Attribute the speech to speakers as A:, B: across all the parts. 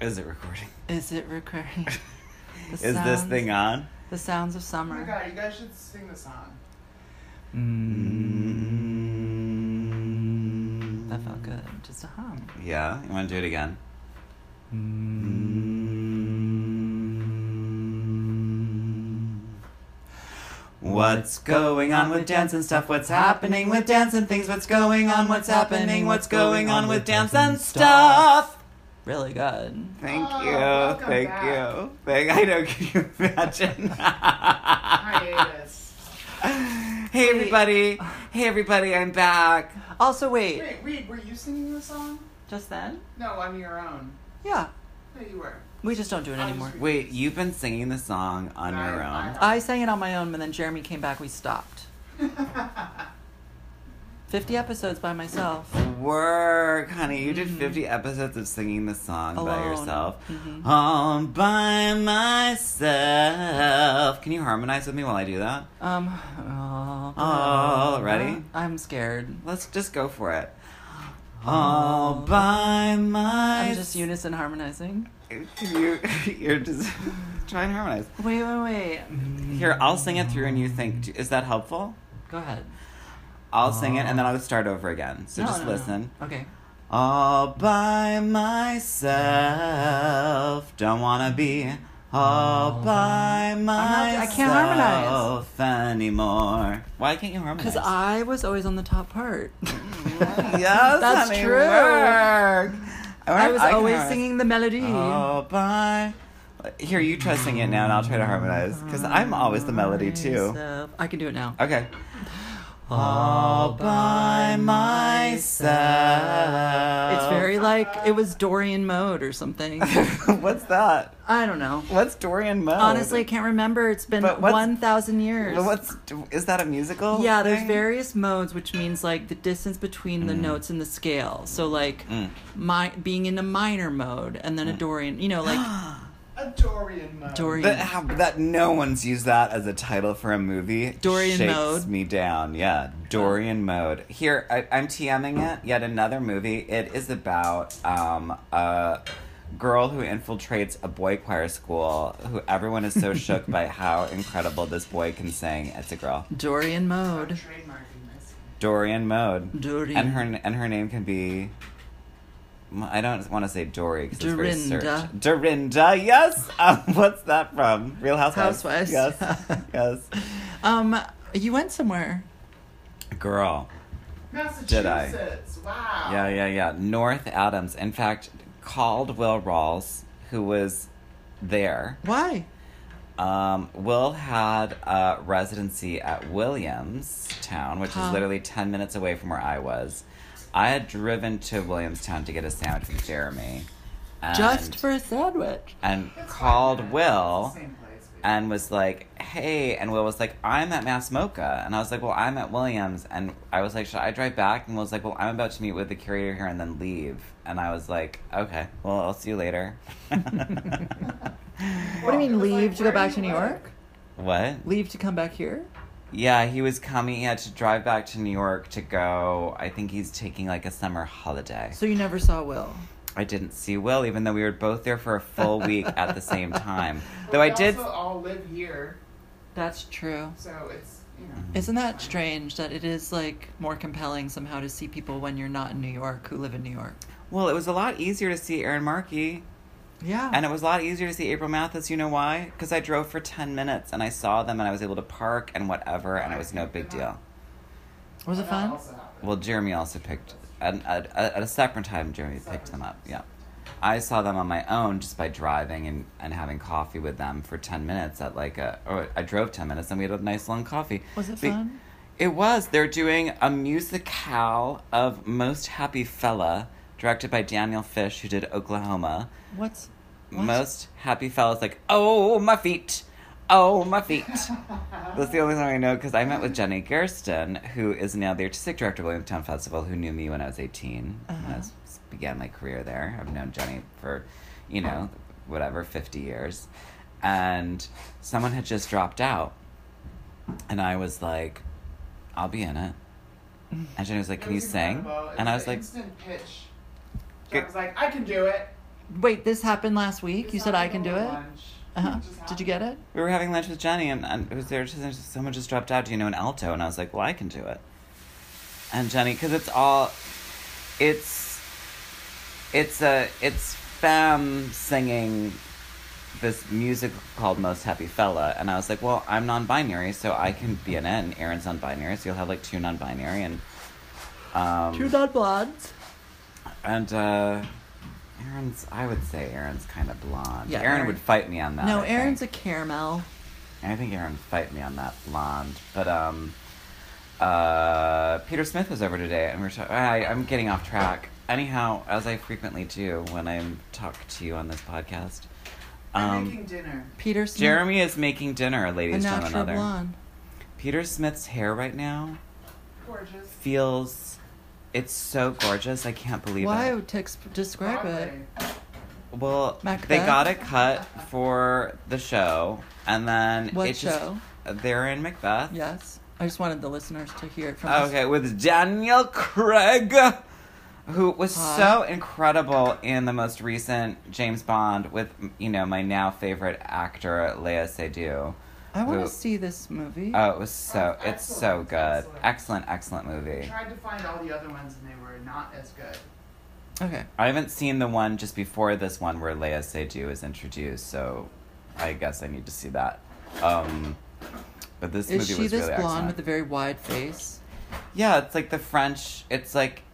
A: Is it recording?
B: Is it recurring?
A: Is this thing on?
B: The sounds of
C: Oh my
B: summer.
C: god, you guys should sing the song.
B: That felt good. Just a hum.
A: Yeah, you want to do it again?
C: Mm.
A: What's going on with dance and stuff? What's happening with dance and things? What's going on? What's happening? What's going on with dance and stuff?
B: Really good.
A: Thank
C: Oh,
A: you,
C: welcome
A: thank
C: back.
A: you. Thank, I know. Can you imagine?
C: Hiatus.
A: hey everybody! Hey everybody! I'm back.
B: Also, wait.
C: Wait, wait, were you singing the song?
B: Just then?
C: No, on your own.
B: Yeah.
C: No, you were.
B: We just don't do it
C: I just
B: anymore.
C: re-
A: Wait, you've been singing the song on your
C: I-
A: own.
B: I sang it on my own, but then Jeremy came back. We stopped. 50 episodes by myself.
A: Work, honey. You did
B: Mhm.
A: 50 episodes of singing the song by
B: Alone.
A: yourself.
B: Mhm.
A: All by myself. Can you harmonize with me while I do that?
B: Um. Oh,
A: Oh, ready?
B: I'm scared.
A: Let's just go for it. All by myself.
B: Oh. I'm just unison harmonizing.
A: You, you're just try and harmonize.
B: Wait, wait, wait.
A: Here, I'll sing it through, and you think is that helpful?
B: Go ahead.
A: I'll sing it, and
B: Oh.
A: then I'll start over again. So just listen.
B: Okay.
A: All by myself. Don't wanna be all by
B: not- I
A: myself
B: can't harmonize.
A: anymore. Why can't you harmonize?
B: Because I was always on the top part.
A: yes,
B: That's
A: honey,
B: true.
A: work. I, wonder
B: I
A: if
B: was
A: I Oh, can
B: always
A: harmonize.
B: singing the melody.
A: All by. Here, you try singing it now, and I'll try to harmonize. Because I'm always the melody too.
B: Myself. I can do it now.
A: Okay. All by myself.
B: It's very like it was Dorian mode or something.
A: What's that?
B: I don't know.
A: What's Dorian Mode?
B: Honestly, I can't remember. It's been
A: But what's-
B: one thousand years.
A: But what's is that a musical?
B: yeah, there's
A: thing?
B: various modes, which means like the distance between the notes in the scale. So like
A: Mm.
B: my being in a minor mode and then a Dorian, you know, like
C: A Dorian mode.
B: Dorian.
A: That, how, that no one's used that as a title for a movie.
B: Dorian
A: shakes
B: Mode.
A: me down. Yeah, Dorian Mode. Here, I, I'm TMing it. Yet another movie. It is about um, a girl who infiltrates a boy choir school. Who everyone is so shook by how incredible this boy can sing. It's a girl.
B: Dorian
C: I'm
B: mode.
C: trademarking this.
A: Dorian Mode.
B: Dorian.
A: And her and her name can be. I don't want to say Dory because it's very
B: Dorinda.
A: searched. Dorinda, yes. Um, what's that from? Real Housewives.
B: Housewives, yeah.
A: Yes. yes.
B: Um, you went somewhere.
A: Girl. I?
C: Massachusetts. Wow.
B: Oh.
A: Yeah, yeah, yeah. North Adams. In fact, Caldwell Rawls, who was there,
B: Why?
A: um, Will had a residency at Williamstown, which
B: Huh.
A: is literally 10 minutes away from where I was. I had driven to Williamstown to get a sandwich from Jeremy. And,
B: Just for a sandwich.
A: And
C: It's
A: called
C: fine.
A: Will
C: Same place. babe.
A: and was like, hey. And Will was like, I'm at Mass Mocha. And I was like, well, I'm at Williams. And I was like, should I drive back? And Will was like, well, I'm about to meet with the curator here and then leave. And I was like, okay, well, I'll see you later.
B: What do you mean
C: Well, it was
B: leave
C: like,
B: to go
C: where
B: back
C: you
B: to New
C: live.
B: York?
A: what?
B: Leave to come back here?
A: Yeah, he was coming. He had to drive back to New York to go. I think he's taking like a summer holiday.
B: So you never saw Will.
A: I didn't see Will, even though we were both there for a full week at the same time.
C: But
A: Though I
C: we
A: did.
C: also all live here,
B: That's true.
C: so it's, you know.
B: Mm-hmm. Isn't that
C: fine.
B: strange that it is like more compelling somehow to see people when you're not in New York who live in New York?
A: Well, it was a lot easier to see Aaron Markey,
B: Yeah.
A: and it was a lot easier to see April Mathis. You know why? Because I drove for ten minutes and I saw them, and I was able to park and whatever, and it was no big deal.
B: was it
C: That
B: fun?
C: also happened.
A: Well, Jeremy also picked at, at, at a separate time. Jeremy picked them up. Yeah, I saw them on my own just by driving and, and having coffee with them for ten minutes at like a. Or I drove ten minutes and we had a nice long coffee.
B: Was it
A: Be-
B: fun?
A: It was. They're doing a musicale of Most Happy Fella, directed by Daniel Fish, who did Oklahoma.
B: What's what?
A: Most Happy Fella's like, oh my feet, oh my feet. That's the only song I know because I met with Jenny Gersten, who is now the artistic director of Williamstown Festival, who knew me when I was 18. When I
B: Uh-huh.
A: was, began my career there. I've known Jenny for, you know, whatever, 50 years. And someone had just dropped out. And I was like, I'll be in it. And Jenny was like,
C: It
A: Can you
C: was
A: sing?
C: incredible. It
A: And I was
C: an
A: like,
C: instant pitch.
A: Good.
C: I was like, I can do it.
B: Wait, this happened last week.
C: It's
B: You said
C: not
B: I can do
C: even
B: it.
C: lunch.
B: Uh huh.
C: Just
B: Did you
C: happened.
B: get it?
A: We were having lunch with Jenny, and, and it was there. Just, just- someone just dropped out. Do you know an alto? And I was like, well, I can do it. And Jenny, because it's all, it's, it's a, it's femme singing this music called Most Happy Fella. And I was like, well, I'm non-binary, so I can be in it. And Aaron's non-binary, so you'll have like two non-binary and. Um,
B: Two non blondes.
A: and uh, Aaron's, I would say Aaron's kind of blonde.
B: Yeah,
A: Aaron,
B: Aaron-
A: would fight me on that.
B: No,
A: I
B: Aaron's a
A: think.
B: caramel.
A: I think Aaron would fight me on that blonde. But um, uh, Peter Smith was over today, and we we're talking. I'm getting off track. Anyhow, as I frequently do when I talk to you on this podcast,
C: I'm
A: um,
C: making dinner.
B: Peter Smith.
A: Jeremy is making dinner,
B: A
A: ladies and
B: natural
A: another.
B: blonde.
A: Peter Smith's hair right now
C: Gorgeous.
A: feels. It's so gorgeous. I can't believe it.
B: Why to ex- describe it?
C: Broadway.
A: Well,
B: Macbeth?
A: they got it cut for the show, and then
B: What
A: it just-
B: show?
A: they're in Macbeth.
B: Yes. I just wanted the listeners to hear it from us.
A: Ah, Okay, with Daniel Craig, who was
B: Huh?
A: so incredible in the most recent James Bond with you know my now favorite actor Lea Seydoux.
B: I want
A: who-
B: to see this movie.
A: Oh, it was so
C: Oh,
A: it's so
C: excellent,
A: good. Excellent,
C: excellent.
A: excellent movie.
C: Tried to find all the other ones and they were not as good.
B: okay.
A: I haven't seen the one just before this one where Lea Seydoux is introduced, so I guess I need to see that. Um, but this
B: Is
A: movie
B: she
A: was
B: this
A: really
B: blonde
A: excellent.
B: with a very wide face?
A: yeah, it's like the French. It's like,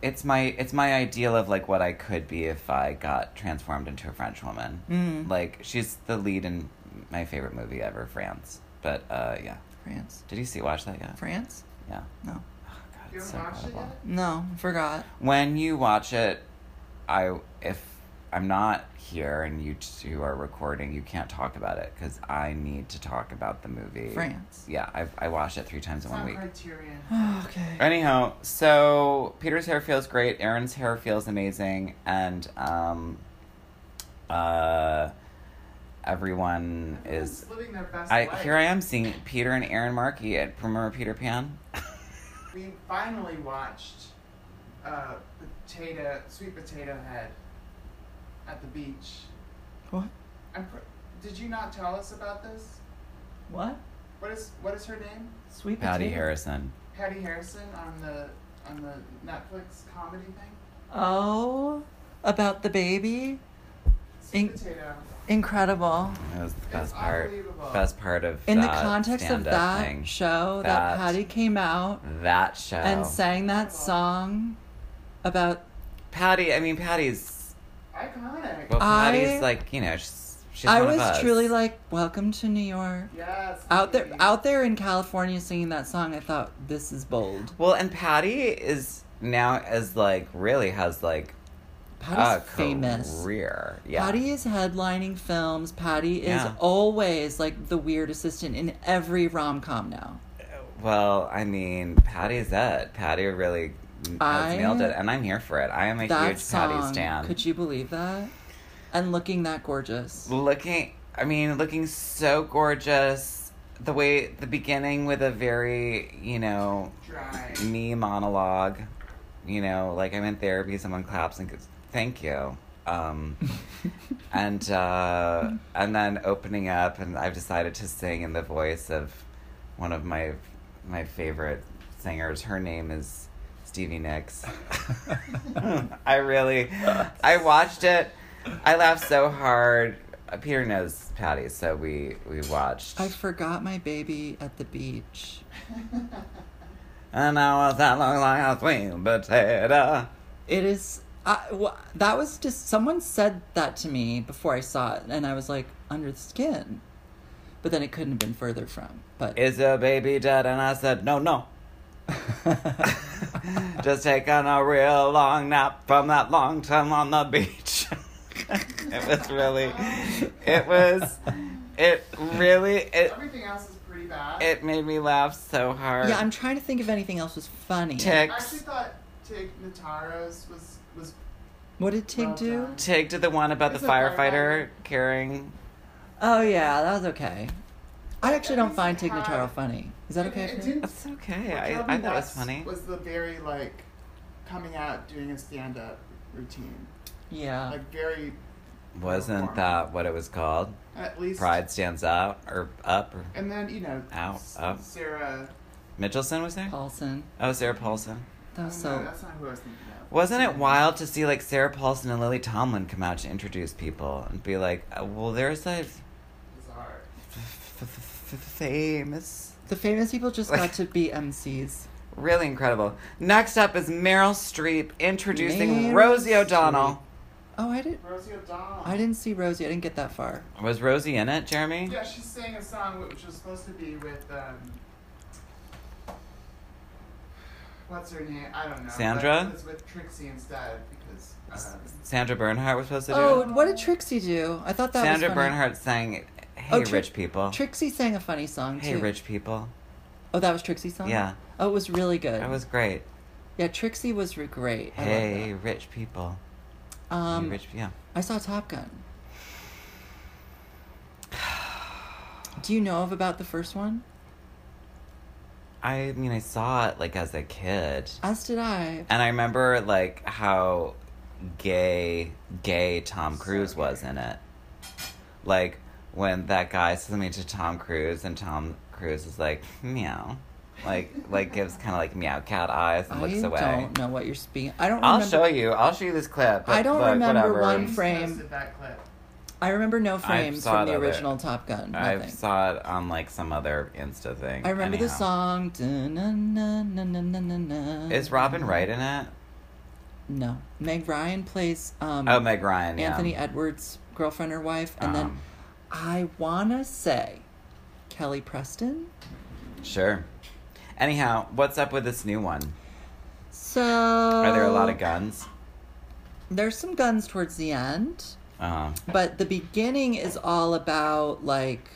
A: it's my it's my ideal of like what I could be if I got transformed into a French woman.
C: Mm-hmm.
B: Mm.
A: Like she's the lead in my favorite movie ever, France. But uh, yeah,
B: France.
A: did you see watch that yet?
B: France?
A: Yeah.
B: No.
A: Oh, God,
C: You
A: it's
C: haven't
A: so
C: watched it
A: incredible.
C: yet?
B: No, forgot.
A: when you watch it i if i'm not here and you two are recording you can't talk about it because i need to talk about the movie
B: France.
A: yeah i, I watched it three times in
C: It's not
A: one week
C: Criterion.
B: okay.
A: anyhow so peter's hair feels great aaron's hair feels amazing and um uh everyone is
C: Everyone's living their best
A: i
C: life.
A: here i am seeing peter and aaron markey at remember peter pan
C: We finally watched uh, potato, sweet potato head at the beach.
B: What?
C: I'm pr- did you not tell us about this?
B: What?
C: What is what is her name?
B: Sweet
A: patty
B: potato?
A: harrison
C: Patty Harrison on the on the Netflix comedy thing.
B: Oh, about the baby.
C: Sweet
B: In-
C: potato.
B: Incredible.
A: That was the
C: It's
A: best part.
C: unbelievable.
A: Best part of
B: In the
A: that
B: context of
A: stand-up
B: that
A: thing.
B: show,
A: That-
B: that Patty came out
A: that show
B: and sang that
C: Incredible.
B: song about
A: Patty. I mean, Patty's
C: Iconic.
A: well,
B: I-
A: Patty's like you know she's she's
B: I
A: one
B: was
A: of us.
B: truly like, "Welcome to New York."
C: yes.
B: Out there,
C: baby.
B: out there in California, singing that song, I thought this is bold.
A: well, and Patty is now as like really has like
B: Patty's
A: a
B: famous.
A: career. Uh, Yeah,
B: Patty is headlining films. Patty is
A: Yeah.
B: always like the weird assistant in every rom com now.
A: Well, I mean, Patty's it. Patty really has
B: I-
A: nailed it, and I'm here for it. I am a huge
B: that
A: Patty
B: song,
A: stan.
B: could you believe that? And looking that gorgeous.
A: looking i mean looking so gorgeous the way the beginning with a very you know
C: Dry.
A: me monologue you know like i'm in therapy someone claps and goes thank you um and uh and then opening up and i've decided to sing in the voice of one of my my favorite singers her name is stevie nicks i really i watched it i laughed so hard Uh, peter knows patty so we we watched
B: I forgot my baby at the beach.
A: and i was that long like a sweet potato
B: It is. I, wh- that was just someone said that to me before I saw it, and I was like, under the skin. But then it couldn't have been further from. But
A: is your baby dead and i said no no just taking a real long nap from that long time on the beach. it was really, it was, it really, it
C: Everything else is pretty bad.
A: it made me laugh so hard.
B: yeah, I'm trying to think if anything else was funny.
C: I actually
A: Tiggs,
C: thought Tig Notaro's was was
B: What did Tig
C: Well
B: do?
C: done.
A: Tig did the one about the
C: It's a firefighter.
A: firefighter carrying.
B: Oh yeah, that was okay. I actually don't
C: Everything
B: find Tig
C: had-
B: Notaro funny. Is that
C: It-
B: okay?
C: it
B: for you?
C: didn't-
A: That's okay.
C: Well,
A: I,
C: Charlie
A: I thought it was
C: Watts
A: funny.
C: Was the very like coming out doing a stand up routine.
A: Uh.
B: Yeah.
C: Like very.
A: Wasn't
C: uniform.
A: that what it was called?
C: at least
A: Pride stands out or up or
C: And then you know,
A: Ow,
C: S-
A: up.
C: Sarah.
A: Mitchelson was there?
B: Paulson.
A: Oh, Sarah Paulson.
B: That was
C: oh, no,
B: so.
C: that's not who I was thinking of.
A: Wasn't it wild to see like Sarah Paulson and Lily Tomlin come out to introduce people and be like, uh, "Well, there's that f-
C: Bizarre.
A: f- f- f- famous,
B: The famous people just got to be MCs.
A: really incredible." Next up is Meryl Streep introducing
B: Meryl
A: Rosie O'Donnell.
B: Oh, I didn't.
C: Rosie O'Donnell.
B: I didn't see Rosie. I didn't get that far.
A: Was Rosie in it, Jeremy?
C: Yeah, she sang a song which was supposed to be with um. What's her name? I don't know. but
A: Sandra?
C: It was with Trixie instead because. Um,
A: Sandra Bernhardt was supposed to do
B: Oh,
A: it.
B: and what did Trixie do? I thought that
A: Sandra
B: was funny.
A: Bernhardt sang "Hey
B: Oh, Tri-
A: Rich People."
B: Trixie sang a funny song
A: hey
B: too.
A: Rich People.
B: Oh, that was Trixie's song.
A: Yeah.
B: Oh, it was really good.
A: That was great.
B: Yeah, Trixie was re- great. I loved
A: Hey Rich People.
B: that.
A: Hey,
B: Um,
A: rich, yeah.
B: I saw Top Gun. Do you know of about the first one?
A: I mean, I saw it like as a kid.
B: As did I.
A: And I remember like how gay gay Tom Cruise was in it. Like when that guy says something to Tom Cruise and Tom Cruise is like meow. Like like gives kind of like meow cat eyes and
B: I
A: looks away.
B: don't know what you're speaking. I don't.
A: I'll
B: remember,
A: show you. I'll show you this clip. but
B: I don't
A: look,
B: remember
A: whatever.
B: one
C: who
B: frame.
C: um, posted that clip?
B: I remember no frames
A: saw
B: from the
A: it over-
B: original Top Gun.
A: I
B: Nothing.
A: saw it on like some other Insta thing.
B: I remember the
A: Anyhow.
B: song. dun-na-na-na-na-na-na.
A: Is Robin Wright in it?
B: Mm-hmm. No, Meg Ryan plays um,
A: Oh, Meg Ryan. yeah.
B: Anthony Edwards' girlfriend or wife, and then
A: Um.
B: I wanna say Kelly Preston.
A: Sure. Anyhow, what's up with this new one?
B: So
A: Are there a
B: Oh.
A: lot of guns?
B: There's some guns towards the end,
A: Uh,
B: but the beginning is all about like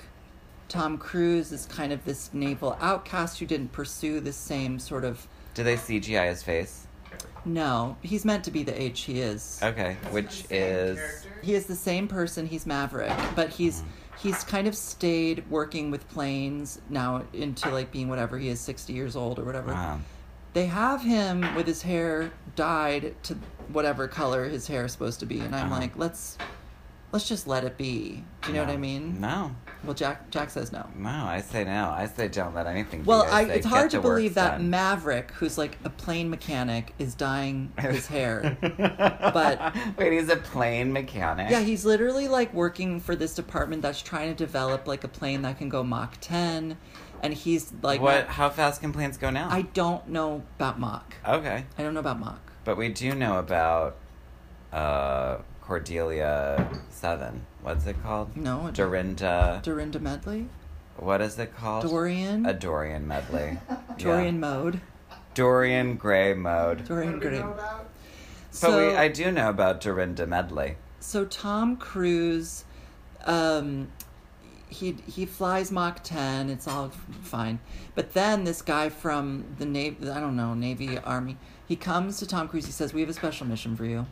B: Tom Cruise is kind of this naval outcast who didn't pursue the same sort of
A: do they CGI his face?
B: no. He's meant to be the age he is.
A: Okay, which
C: Same
A: is
C: character?
B: He is the same person. He's Maverick, but he's
A: Mm-hmm.
B: he's kind of stayed working with planes now into like being whatever he is, sixty years old or whatever.
A: wow.
B: They have him with his hair dyed to whatever color his hair is supposed to be, and I'm
A: Uh-huh.
B: like, let's let's just let it be. Do you know what I
A: No.
B: mean?
A: No,
B: Well, Jack Jack says no.
A: no, I say no. I say don't let anything.
B: Well,
A: be.
B: I,
A: say
B: it's
A: get
B: hard
A: the
B: to believe
A: work
B: that
A: done.
B: Maverick, who's like a plane mechanic, is dyeing his hair. but-
A: wait, he's a plane mechanic.
B: Yeah, he's literally like working for this department that's trying to develop like a plane that can go Mach 10. And he's like,
A: what? How fast can planes go now?
B: I don't know about Mach.
A: okay,
B: I don't know about Mach.
A: but we do know about uh, Cordelia Seven. What's it called?
B: No, it-
A: Dorinda.
B: Dorinda Medley?
A: what is it called?
B: Dorian?
A: A Dorian medley.
B: Dorian
A: Yeah.
B: Mode.
A: Dorian Gray mode.
B: Dorian
C: What do we
B: Gray.
C: know about?
A: But
B: So,
A: we, I do know about Dorinda Medley.
B: so Tom Cruise, um, he he flies Mach 10. It's all fine. But then this guy from the Navy, I don't know, Navy, Army, he comes to Tom Cruise. He says, We have a special mission for you.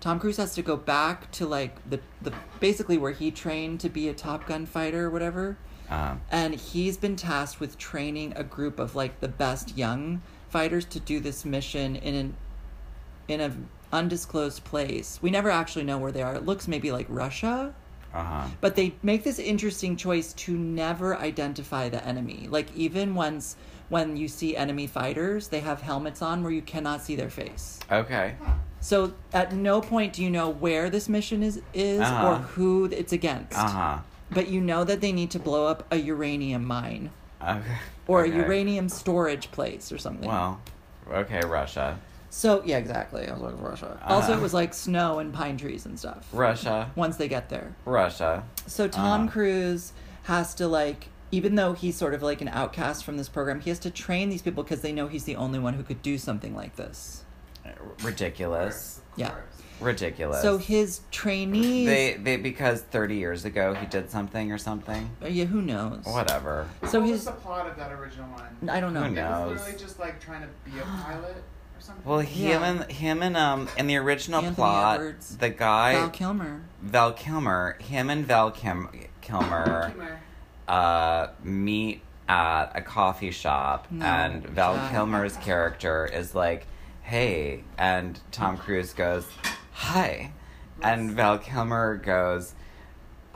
B: Tom Cruise has to go back to like the, the basically where he trained to be a Top Gun fighter or whatever
A: Um,
B: and he's been tasked with training a group of like the best young fighters to do this mission in an in a undisclosed place. We never actually know where they are. It looks maybe like Russia,
A: uh huh.
B: but they make this interesting choice to never identify the enemy. Like even once when you see enemy fighters, they have helmets on where you cannot see their face.
A: Okay.
B: So at no point do you know where this mission is is or
A: Uh-huh.
B: who it's against.
A: Uh
B: But you know that they need to blow up a uranium mine
A: huh. Okay.
B: or
A: Okay.
B: a uranium storage place or something.
A: Well, okay, Russia.
B: So yeah, exactly. I was like Russia. also,
A: Uh.
B: it was like snow and pine trees and stuff.
A: Russia.
B: Once they get there,
A: Russia.
B: so Tom
A: Uh.
B: Cruise has to like, even though he's sort of like an outcast from this program, he has to train these people because they know he's the only one who could do something like this.
A: Ridiculous.
C: Of
B: Yeah.
C: course.
A: Ridiculous.
B: So his trainees,
A: they they because 30 years ago he did something or something.
B: yeah, who knows?
A: Whatever.
B: So
C: what
B: his,
C: was the plot of that original one?
B: I don't know.
A: Who
C: It was
A: knows?
C: literally just like trying to be a pilot or something.
A: Well, him
B: Yeah.
A: and him and um in the original
B: Anthony
A: plot,
B: Edwards.
A: the guy
B: Val Kilmer.
A: Val Kilmer, him and Val Kim, Kilmer
C: Humor.
A: uh, meet at a coffee shop,
B: No,
A: and Val
B: Jack.
A: Kilmer's character is like, "Hey," and Tom Cruise goes, hi. And Val Kilmer goes,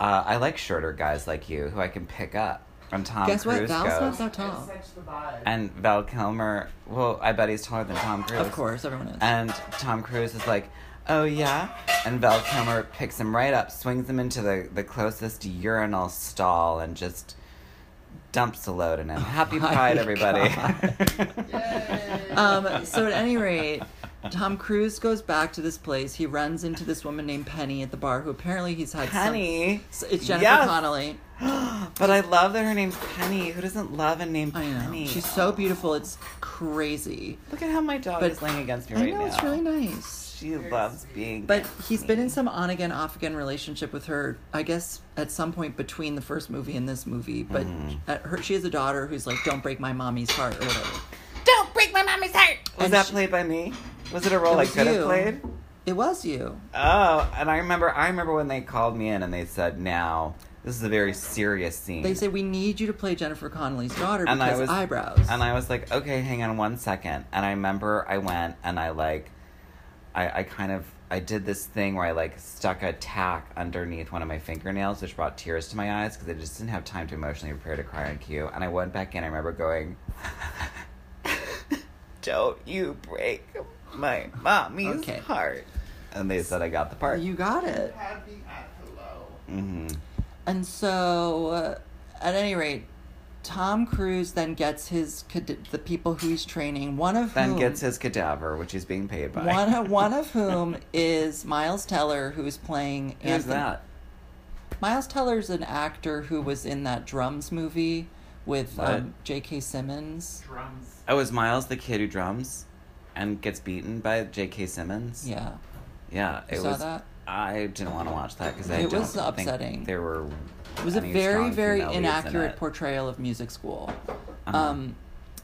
A: uh, I like shorter guys like you who I can pick up. And Tom
B: Guess what?
A: Cruise
B: Val's
A: goes,
B: not that
C: It
B: tall.
C: sets the vibe.
A: and Val Kilmer, well, I bet he's taller than Tom Cruise.
B: Of course, everyone is.
A: And Tom Cruise is like, oh yeah? And Val Kilmer picks him right up, swings him into the, the closest urinal stall, and just dumps a load in him. Happy
B: Oh my
A: Pride, everybody.
C: Yay.
B: um, so at any rate, Tom Cruise goes back to this place. He runs into this woman named Penny at the bar, who apparently he's had some-
A: Penny.
B: S- it's Jennifer
A: Yes.
B: Connelly.
A: But I love that her name's Penny. Who doesn't love a name
B: I know
A: Penny?
B: she's so beautiful. It's crazy.
A: Look at how my dog
B: But-
A: is laying Oh, against me
B: I
A: right
B: know
A: now.
B: it's really nice.
A: She loves being.
B: But
A: next
B: he's
A: to
B: been
A: me.
B: in some on again, off again relationship with her. I guess at some point between the first movie and this movie. But
A: Mm.
B: uh her, she has a daughter who's like, "Don't break my mommy's heart" or whatever.
A: Don't break my mommy's heart. Was
B: And
A: that
B: she-
A: played by me? Was it a role
B: It
A: I
B: was
A: could have
B: you.
A: played?
B: It was you.
A: Oh, and I remember. I remember when they called me in and they said, "Now this is a very serious scene."
B: They said we need you to play Jennifer Connelly's daughter
A: Mm. And I
B: because
A: was-
B: eyebrows.
A: And I was like, okay, hang on one second. And I remember I went and I like, I, I kind of, I did this thing where I like stuck a tack underneath one of my fingernails, which brought tears to my eyes because I just didn't have time to emotionally prepare to cry on cue. And I went back in. I remember going, don't you break my mommy's
B: Okay.
A: heart. And they said I got the part.
B: you got it.
C: Had me at hello.
A: hmm
B: And so, uh, at any rate, Tom Cruise then gets his cad- the people who he's training. One of
A: Then
B: whom,
A: gets his cadaver, which he's being paid by.
B: one of, one of whom is Miles Teller, who is playing.
A: Who's
B: Anthony-
A: that?
B: Miles Teller's an actor who was in that Drums movie with
A: What?
B: um, J.K. Simmons.
C: Drums.
A: Oh, is Miles the kid who drums and gets beaten by J.K. Simmons?
B: Yeah,
A: Yeah,
B: You
A: it
B: saw
A: was.
B: that?
A: I didn't want to watch that because I
B: It
A: don't
B: was
A: think
B: upsetting.
A: there were.
B: it was a
A: any
B: very
A: strong
B: very
A: female leads in
B: inaccurate
A: it.
B: portrayal of music school.
A: Uh-huh.
B: Um,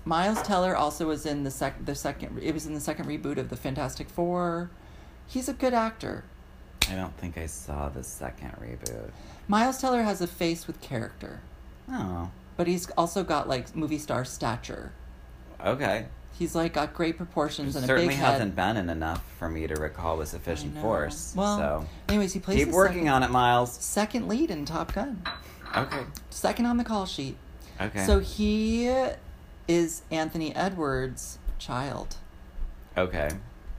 B: Miles Teller also was in the sec the second it was in the second reboot of the Fantastic Four. He's a good actor.
A: I don't think I saw the second reboot.
B: Miles Teller has a face with character,
A: Oh,
B: but he's also got like movie star stature.
A: okay.
B: He's like got great proportions and a
A: Certainly
B: big head.
A: hasn't been in enough for me to recall with sufficient
B: I know.
A: force.
B: Well,
A: so
B: anyways, he plays
A: keep
B: the
A: working
B: second,
A: on it, Miles.
B: second lead in Top Gun,
A: Okay.
B: second on the call sheet.
A: Okay.
B: So he is Anthony Edwards' child,
A: okay.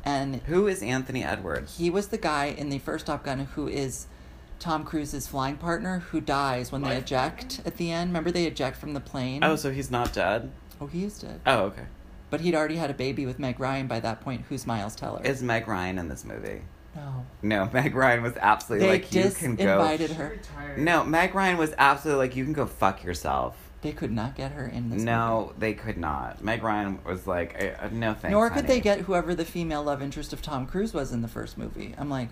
B: and
A: Who is Anthony Edwards?
B: He was the guy in the first Top Gun who is Tom Cruise's flying partner who dies when they
C: Life
B: eject at the end. Remember they eject from the plane?
A: Oh, so he's not dead.
B: oh he used it.
A: Oh, okay.
B: But he'd already had a baby with Meg Ryan by that point, who's Miles Teller.
A: Is Meg Ryan in this movie?
B: no.
A: No, Meg Ryan was absolutely
B: They
A: like you can go.
B: disinvited Did
C: She
B: her-
C: retired.
A: No, Meg Ryan was absolutely like you can go fuck yourself.
B: They could not get her in this movie.
A: No, they could not. Meg Ryan was like, I, uh, no thanks.
B: Nor could they
A: honey.
B: get whoever the female love interest of Tom Cruise was in the first movie. I'm like,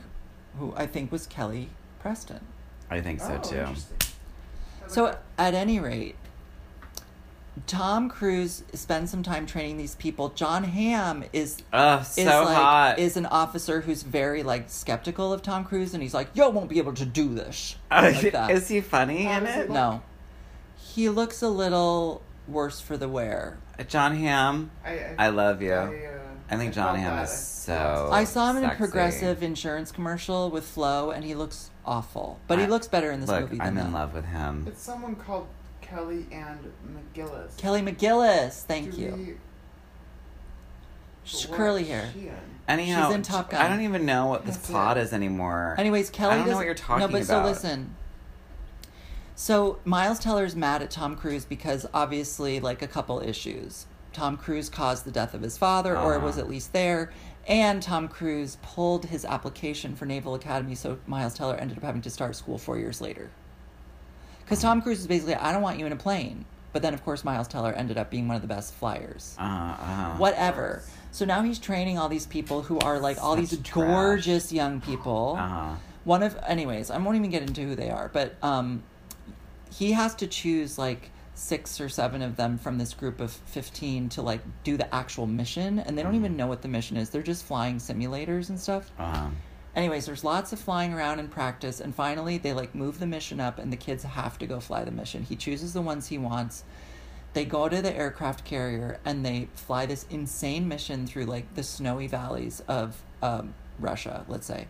B: who I think was Kelly Preston.
A: I think so
C: Oh,
A: too.
C: interesting. I like
B: So
C: that.
B: at any rate, Tom Cruise spends some time training these people. John Hamm is
A: Ugh,
B: is
A: so
B: like
A: hot.
B: is an officer who's very like skeptical of Tom Cruise, and he's like, "Yo, won't be able to do this."
A: Uh,
B: like that.
A: is he funny
C: How
A: in
C: does he
A: it?
C: look?
B: no, he looks a little worse for the wear.
A: John Hamm.
C: I,
A: I love you.
C: I,
A: I,
C: uh,
A: think
C: I
A: John
C: felt
A: Hamm
C: that.
A: is so.
C: felt
B: I saw him in a
A: Oh, sexy.
B: Progressive insurance commercial with Flo, and he looks awful, but
A: I-
B: he looks better in this
A: Look,
B: movie. Than
A: I'm in
B: that.
A: love with him.
C: It's someone called Kelly and McGillis.
B: Kelly McGillis, thank
C: Do
B: you.
C: we-
B: She's
C: what
B: curly
C: is
B: hair.
C: she in?
A: Anyhow,
B: She's in Top
A: I
B: Gun.
A: don't even know what this
C: That's
A: plot
C: it.
A: is anymore.
B: Anyways, Kelly
A: I don't know
B: doesn't-
A: what you're talking
B: No, but
A: about.
B: so listen. So Miles Teller's mad at Tom Cruise because obviously, like a couple issues. Tom Cruise caused the death of his father, or
A: Uh-huh.
B: was at least there, and Tom Cruise pulled his application for Naval Academy, so Miles Teller ended up having to start school four years later. Because Tom Cruise is basically, I don't want you in a plane. But then, of course, Miles Teller ended up being one of the best flyers
A: Uh, uh,
B: whatever. So now he's training all these people who are like all
A: Such
B: these
A: trash.
B: gorgeous young people.
A: Uh-huh.
B: One of, anyways, I won't even get into who they are, but um, he has to choose like six or seven of them from this group of 15 to like do the actual mission. And they don't even know what the mission is, they're just flying simulators and stuff.
A: Uh,
B: Anyways, there's lots of flying around and practice, and finally they like move the mission up, and the kids have to go fly the mission. He chooses the ones he wants. They go to the aircraft carrier and they fly this insane mission through like the snowy valleys of um, Russia, let's say.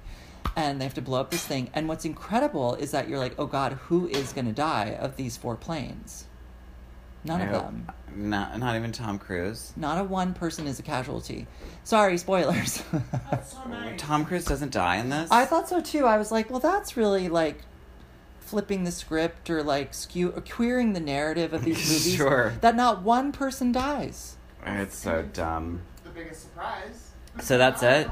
B: And they have to blow up this thing. And what's incredible is that you're like, oh God, who is going to die of these four planes? None of
A: Nope.
B: them.
A: Not, not even Tom Cruise.
B: Not a one person is a casualty. Sorry, spoilers.
C: That's so nice.
A: Tom Cruise doesn't die in this.
B: I thought so too. I was like, well, that's really like flipping the script or like skew or queering the narrative of these movies.
A: Sure.
B: That not one person dies.
A: It's so dumb.
C: the biggest surprise.
A: So that's it?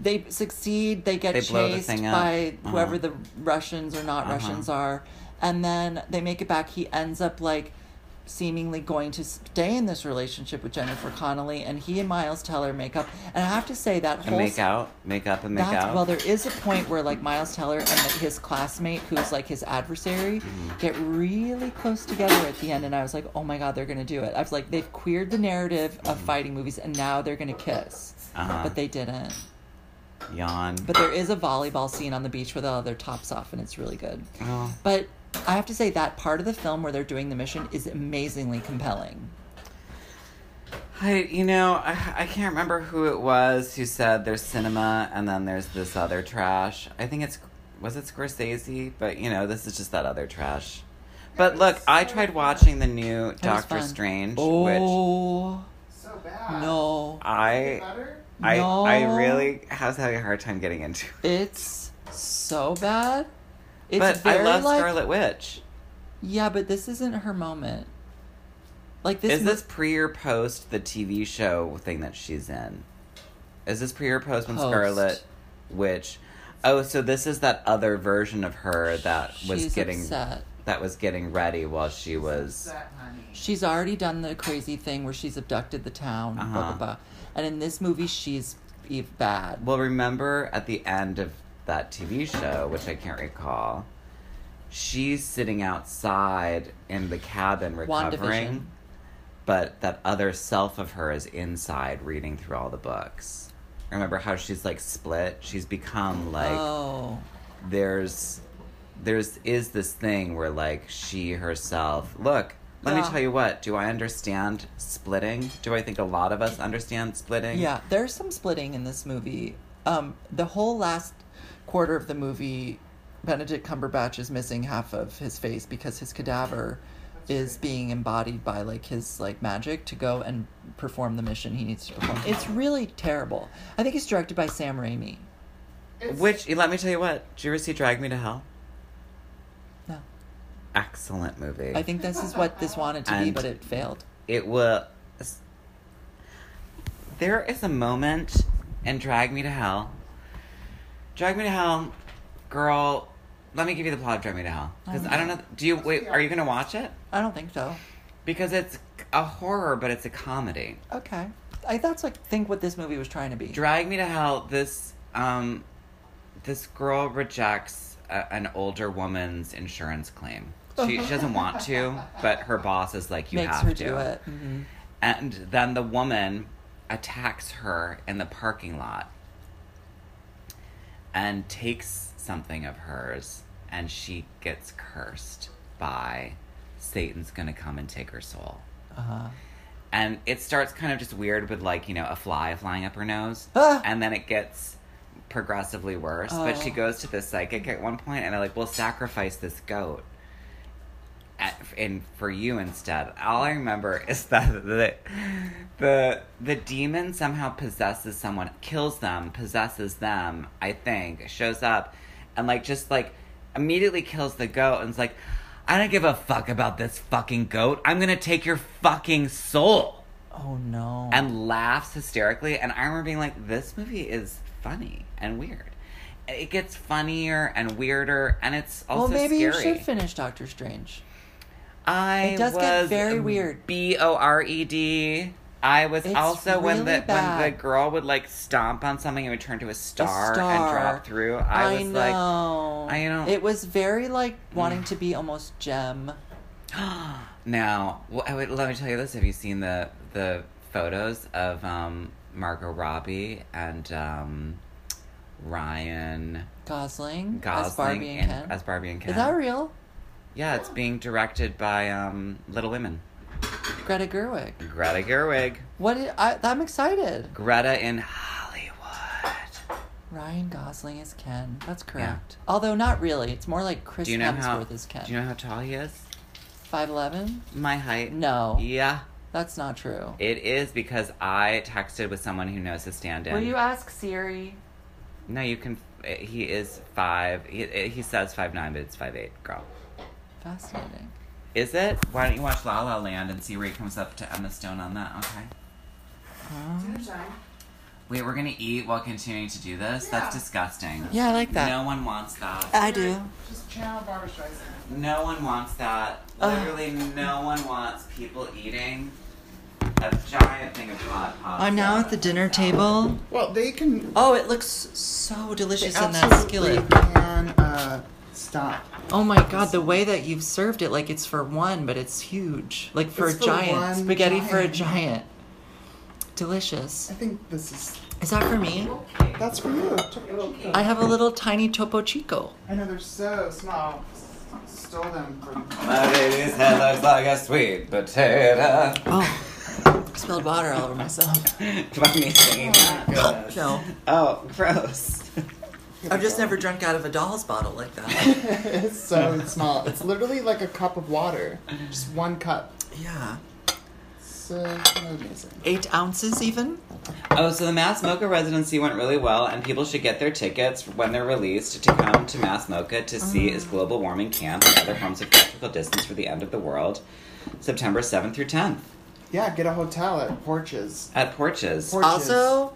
B: They succeed. They get
A: They blow the
B: chased
A: thing up.
B: by whoever
A: Uh-huh.
B: the Russians or not
A: Uh-huh.
B: Russians are, and then they make it back. He ends up like seemingly going to stay in this relationship with Jennifer Connelly, and he and Miles Teller make up. And I have to say that
A: And
B: whole
A: make out, make up, and make
B: That's-
A: out.
B: Well, there is a point where like Miles Teller and like, his classmate, who's like his adversary,
A: Mm-hmm.
B: get really close together at the end, and I was like, oh my god, they're gonna do it. I was like, they've queered the narrative of fighting movies, and now they're gonna kiss,
A: Mm-hmm. Uh-huh.
B: but they didn't.
A: Yawn.
B: But there is a volleyball scene on the beach with all their tops off, and it's really good.
A: Oh.
B: But I have to say that part of the film where they're doing the mission is amazingly compelling.
A: I, you know, I, I can't remember who it was who said there's cinema and then there's this other trash. I think it's was it Scorsese, but you know, this is just that other trash. But look, I tried watching the new
B: That was
A: Doctor
B: fun.
A: Strange, which
B: Oh
C: So bad.
B: no!
C: Is it
A: I
C: better?
A: I
B: No.
A: I really was having a hard time getting into.
B: It's so bad. It's
A: but
B: very
A: I love
B: like,
A: Scarlet Witch.
B: Yeah, but this isn't her moment. Like this
A: is this pre or post the TV show thing that she's in? Is this pre or post when
B: Post.
A: Scarlet Witch? Oh, so this is that other version of her that was
B: she's
A: getting
B: upset.
A: that was getting ready while she was.
C: Upset, honey.
B: She's already done the crazy thing where she's abducted the town, blah, blah,
A: Uh-huh.
B: blah. And in this movie, she's e- bad.
A: Well, remember at the end of that TV show, which I can't recall, she's sitting outside in the cabin
B: WandaVision.
A: recovering, but that other self of her is inside reading through all the books. Remember how she's like split? She's become like
B: oh,
A: there's there's is this thing where like she herself look let me
B: Yeah.
A: tell you what do i understand splitting do i think a lot of us understand splitting
B: yeah. There's some splitting in this movie. Um, the whole last quarter of the movie, Benedict Cumberbatch is missing half of his face because his cadaver is being embodied by like his like magic to go and perform the mission he needs to perform. It's really terrible. I think it's directed by Sam Raimi.
C: It's-
A: which let me tell you what did you ever see drag me to hell
B: No.
A: excellent movie
B: I think this is what this wanted to be,
A: And-
B: but it failed.
A: it will there is a moment in drag me to hell drag me to hell girl let me give you the plot of drag me to hell
B: Oh,
A: because i don't know do you wait are you gonna watch it
B: I don't think so.
A: Because it's a horror, but it's a comedy.
B: Okay. I that's like think what this movie was trying to be.
A: Drag Me to Hell. This um, this girl rejects a, an older woman's insurance claim. She, she doesn't want to, but her boss is like, "You
B: Makes
A: have
B: her
A: to."
B: do it. Mhm.
A: And then the woman attacks her in the parking lot and takes something of hers, and she gets cursed by Satan's gonna come and take her soul.
B: Uh-huh.
A: and it starts kind of just weird with like you know a fly flying up her nose
B: Ah!
A: and then it gets progressively worse but she
B: Oh.
A: goes to this psychic at one point and they're like we'll sacrifice this goat at, and for you instead all i remember is that the, the the demon somehow possesses someone kills them possesses them i think shows up and like just like immediately kills the goat and is like i don't give a fuck about this fucking goat i'm gonna take your fucking soul
B: Oh no.
A: and laughs hysterically. And I remember being like, this movie is funny and weird. It gets funnier and weirder, and it's
B: well,
A: also
B: maybe
A: scary.
B: you should finish Doctor Strange.
A: I
B: It does
A: was
B: get very weird.
A: B O R E D. I was
B: It's
A: also when
B: really
A: the when
B: bad.
A: the girl would like stomp on something and would turn to a star,
B: star.
A: and drop through. I, was
B: know.
A: I Mm. don't-
B: It was very like wanting to be almost gem.
A: like, now well, I would, let me tell you this: Have you seen the the photos of um, Margot Robbie and um, Ryan?
B: Gosling,
A: Gosling
B: as Barbie and, Ken.
A: as Barbie and Ken.
B: Is that real?
A: Yeah, it's being directed by um, Little Women.
B: Greta Gerwig.
A: Greta Gerwig.
B: What? Did, I, I'm excited.
A: Greta in Hollywood.
B: Ryan Gosling is Ken. That's correct. Although not really. It's more like Chris
A: Do you know how?
B: Hemsworth is Ken.
A: Do you know how tall he is?
B: 5'11"?
A: My height.
B: No.
A: Yeah,
B: That's not true.
A: it is because I texted with someone who knows his stand-in.
B: Will you ask Siri?
A: No, you can. eh, He is five. He, eh, he says five nine, but it's five eight. Girl,
B: Fascinating.
A: is it? Why don't you watch La La Land and see where he comes up to Emma Stone on that? Okay.
B: Huh?
C: Dinner time.
A: Wait, we're gonna eat while continuing to do this. That's
C: Yeah.
A: disgusting.
B: Yeah, I like that. Uh,
A: No one wants that.
B: I do.
C: Just channel Barbara Streisand.
A: No one wants that.
B: Ugh.
A: Literally, no one wants people eating a giant thing of hot pasta.
B: I'm now at the dinner table.
D: Well, they can.
B: Oh, it looks so delicious in that
D: absolutely
B: skillet.
D: Can uh, stop.
B: Oh my god, the way that you've served it, like it's for one, but it's huge. Like for
D: It's
B: a
D: for
B: giant.
D: one
B: Spaghetti for a
D: giant.
B: giant.
D: I
B: Delicious.
D: think this is.
B: Is that for me?
D: That's for you.
B: I have a little tiny Topo Chico.
D: I know they're so small. Stole them from.
A: My baby's head looks like a sweet potato.
B: Oh. Spilled water all over myself.
A: Why me singing that?
B: No.
A: Oh, gross.
B: I've just never drunk out of a doll's bottle like that.
D: it's so small. It's literally like a cup of water. Just one cup.
B: Yeah.
D: So amazing.
B: Eight ounces even?
A: Oh, so the Mass Mocha residency went really well, and people should get their tickets when they're released to come to Mass Mocha to see
D: Mm.
A: its global warming camp and other forms of practical distance for the end of the world, September 7th through 10th
D: Yeah, get a hotel at Porches.
A: at Porches.
D: Por- Gorgeous.
B: Also,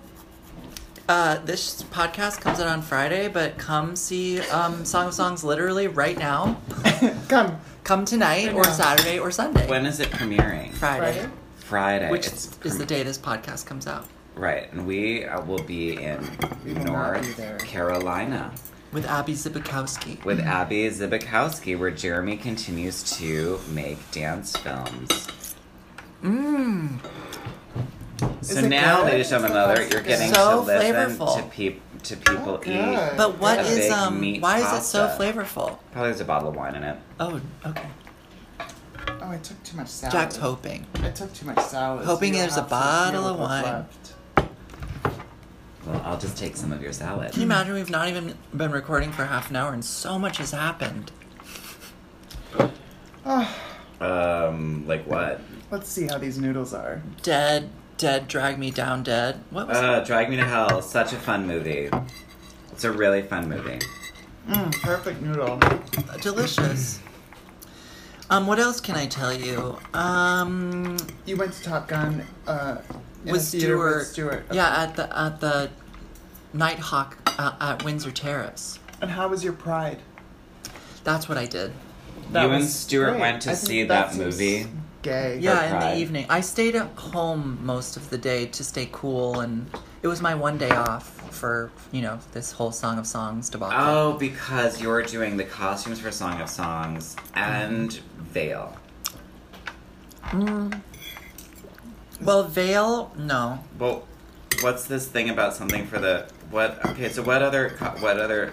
B: uh, this podcast comes out on Friday, but come see um, Song of Songs literally right now.
D: Come.
B: Come tonight or
D: now.
B: Saturday or Sunday.
A: when is it premiering?
B: Friday,
D: Friday?
A: Friday.
B: which
A: It's
B: is, is the day this podcast comes out,
A: Right, and we uh, will be in
D: will not be
A: North
D: there. Mm.
A: Carolina
B: with Abby Zibikowski.
A: with Abby Zibikowski, where Jeremy continues to make dance films.
B: Mmm.
A: So
D: it
A: now,
D: good?
A: ladies and gentlemen, mother, you're getting
B: So
A: to listen
B: flavorful.
A: to, peop- to people
D: Oh,
A: eat.
D: good.
B: But what
A: A
B: is
A: big
B: um?
A: meat
B: Why is it so
A: pasta.
B: flavorful?
A: Probably there's a bottle of wine in it.
B: Oh, okay.
D: Oh, I took too much salad.
B: Jack's hoping.
D: I took too much salad. so
B: Hoping
D: you
B: there's a
D: have to
B: bottle
D: feel
B: of
D: what's
B: wine.
D: left.
A: Well, I'll just take some of your salad.
B: Can you imagine we've not even been recording for half an hour and so much has happened?
D: Ah,
A: Um, like what?
D: let's see how these noodles are.
B: Dead, dead, drag me down, dead. What was?
A: Uh, Drag Me to Hell. Such a fun movie. It's a really fun movie.
D: Mm, perfect noodle.
A: Uh.
B: delicious. Um, what else can I tell you? Um,
D: You went to Top Gun uh, in
B: with
D: a theater
B: Stuart,
D: with Stuart.
B: yeah, at the at the Nighthawk uh, at Windsor Terrace.
D: And how was your pride?
B: That's what I did.
A: you and Stuart went to see that, movie.
D: Gay.
B: Yeah, in
A: pride.
B: the evening. I stayed at home most of the day to stay cool, and it was my one day off for you know this whole Song of Songs debacle.
A: Oh, because you're doing the costumes for Song of Songs and
B: Mm-hmm.
A: Veil.
B: Well, Vale, no.
A: Well, what's this thing about something for the what? Okay, so what other co- what other?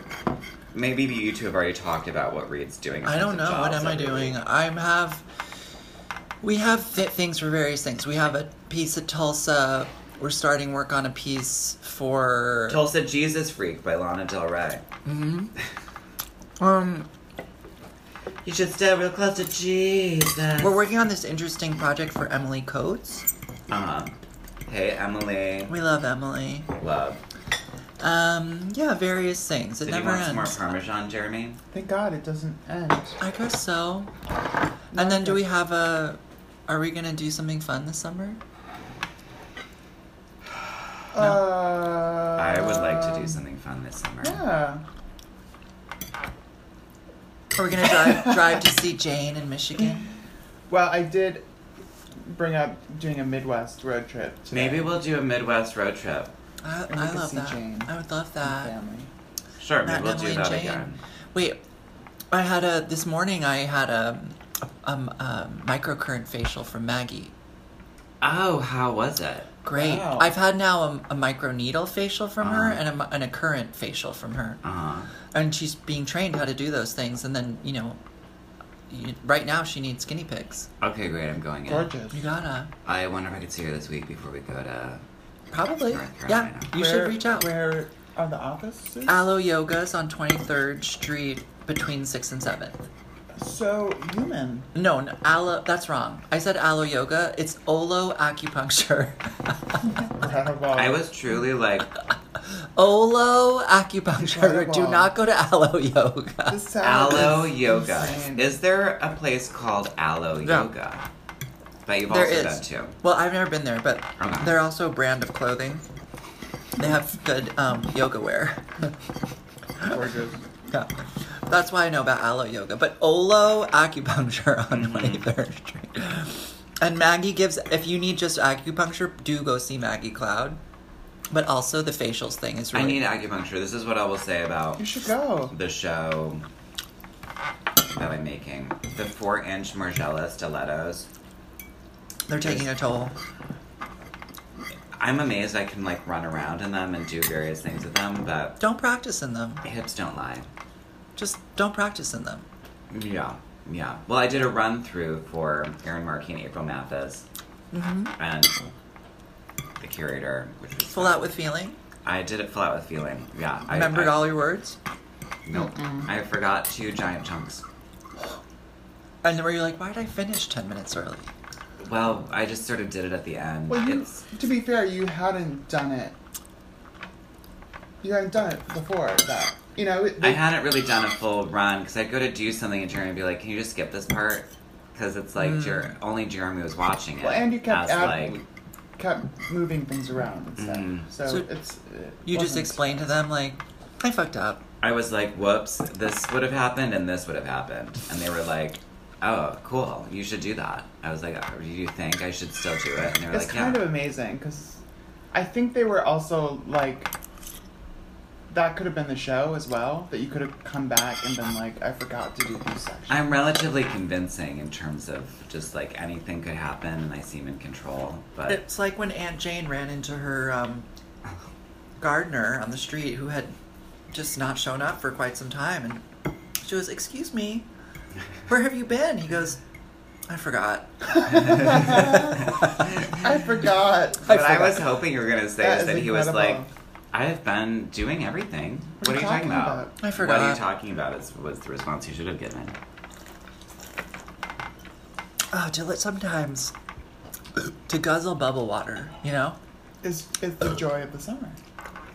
A: Maybe you two have already talked about what Reed's doing. in
B: I
A: terms
B: don't
A: of
B: know. What
A: jobs
B: am I
A: every
B: doing?
A: week.
B: I'm have. We have fit things for various things. We have a piece of Tulsa. We're starting work on a piece for.
A: Tulsa Jesus Freak by Lana Del Rey.
B: Um,
A: You should stay real close to Jesus.
B: we're working on this interesting project for Emily Coates.
A: Uh-huh. Hey Emily,
B: We love Emily.
A: love.
B: Um, yeah, various things. It
A: Did you
B: never
A: want some more
B: ends.
A: Parmesan, Jeremy?
D: Thank God it doesn't end.
B: I guess so. And then do we have a? Are we gonna do something fun this summer?
D: Uh,
A: I would like to
B: Um,
A: do something fun this summer.
D: Yeah.
B: Are we gonna drive drive to see Jane in Michigan?
D: Well, I did bring up doing a Midwest road trip. today
A: Maybe we'll do a Midwest road trip.
B: I,
D: we
B: I
D: can
B: love
D: see
B: that.
D: Jane.
B: I would love
D: with
A: uh,
B: that.
D: family.
A: Sure, maybe
B: Matt
A: we'll do
B: Emily and
A: that
B: Jane.
A: again.
B: Wait, I had a this morning. I had a, um, a microcurrent facial from Maggie.
A: Oh, how was it?
B: Great.
D: Wow.
B: I've had now a, a micro needle facial from her
A: Uh-huh.
B: and a, mi- and a current facial from her,
A: Uh-huh.
B: and she's being trained how to do those things. And then you know, you, right now she needs guinea pigs.
A: Okay, great. I'm going in.
D: Gorgeous.
B: You gotta
A: I wonder if I could see her this week before we go to.
B: probably
A: North
B: yeah.
A: Carolina.
B: You
D: Where-
B: should reach out.
D: Where Are the offices?
B: Aloe Yoga's on 23rd Street between 6th and 7th.
D: So human.
B: No, no, aloe, that's wrong. I said aloe yoga. It's Olo acupuncture.
D: Incredible.
B: Oh.
A: I was truly like,
B: Olo acupuncture. Do
D: Incredible.
B: not go to aloe yoga.
D: This sound
A: aloe
D: is
A: yoga.
D: insane.
A: Is there a place called aloe
B: Yeah.
A: yoga? That you've
B: There
A: also
B: is.
A: done too.
B: Well, I've never been there, but
A: Okay.
B: they're also a brand of clothing. They have good um, yoga wear.
D: gorgeous.
B: Yeah. That's why I know about aloe yoga. But Olo acupuncture on
A: Mm.
B: 23rd Street. And Maggie gives, if you need just acupuncture, do go see Maggie Cloud. But also the facials thing is
A: I
B: really.
A: need acupuncture. This is what I will say about
D: You should go.
A: the show that I'm making. The four inch Margiela stilettos.
B: they're taking a toll.
A: I'm amazed I can like run around in them and do various things with them, but
B: Don't practice in them.
A: hips don't lie.
B: Just don't practice in them.
A: Yeah, yeah. Well, I did a run through for Erin Markey and April Mathis and the curator, which was
B: Full out with feeling.
A: I did it full out with feeling. Yeah, I
B: Remembered
A: I,
B: all Mm-hmm. your words.
A: No, I forgot two giant chunks.
B: And then were you like, why did I finish 10 minutes early?
A: Well, I just sort of did it at the end.
D: Well, you,
A: it's
D: to be fair, you hadn't done it. You hadn't done it before that. You know, it,
A: I hadn't really done a full run because I'd go to do something and Jeremy would be like, "Can you just skip this part?" Because it's
B: Mm.
A: like Jer- only Jeremy was watching it.
D: well, and you kept
A: as,
D: add,
A: like,
D: kept moving things around and stuff.
A: Mhm.
D: So,
B: So
D: it's it
B: You just
D: wasn't-
B: explained to them, like, I fucked up.
A: I was like, "Whoops, this would have happened and this would have happened," and they were like, "Oh, cool, you should do that." I was like, oh, "Do you think I should still do it?" And they were
D: It's
A: like,
D: kind
A: "Yeah."
D: of amazing because I think they were also like that could have been the show as well that you could have come back and been like I forgot to do these sections.
A: I'm relatively convincing in terms of just like anything could happen and I seem in control, but
B: It's like when Aunt Jane ran into her um, gardener on the street who had just not shown up for quite some time. And she was, Excuse me, where have you been? He goes, I forgot.
D: I forgot.
A: But
B: I
A: I, was
B: forgot.
A: hoping you were gonna say
D: That
A: is
D: is
A: that he was like,
D: incredible.
A: I have been doing everything. What, are you talking about?
B: I
A: What are you
B: forgot.
A: talking about? Is was the response you should have given.
B: Oh, to let sometimes to guzzle bubble water, you know?
D: It's, it's the joy of the summer.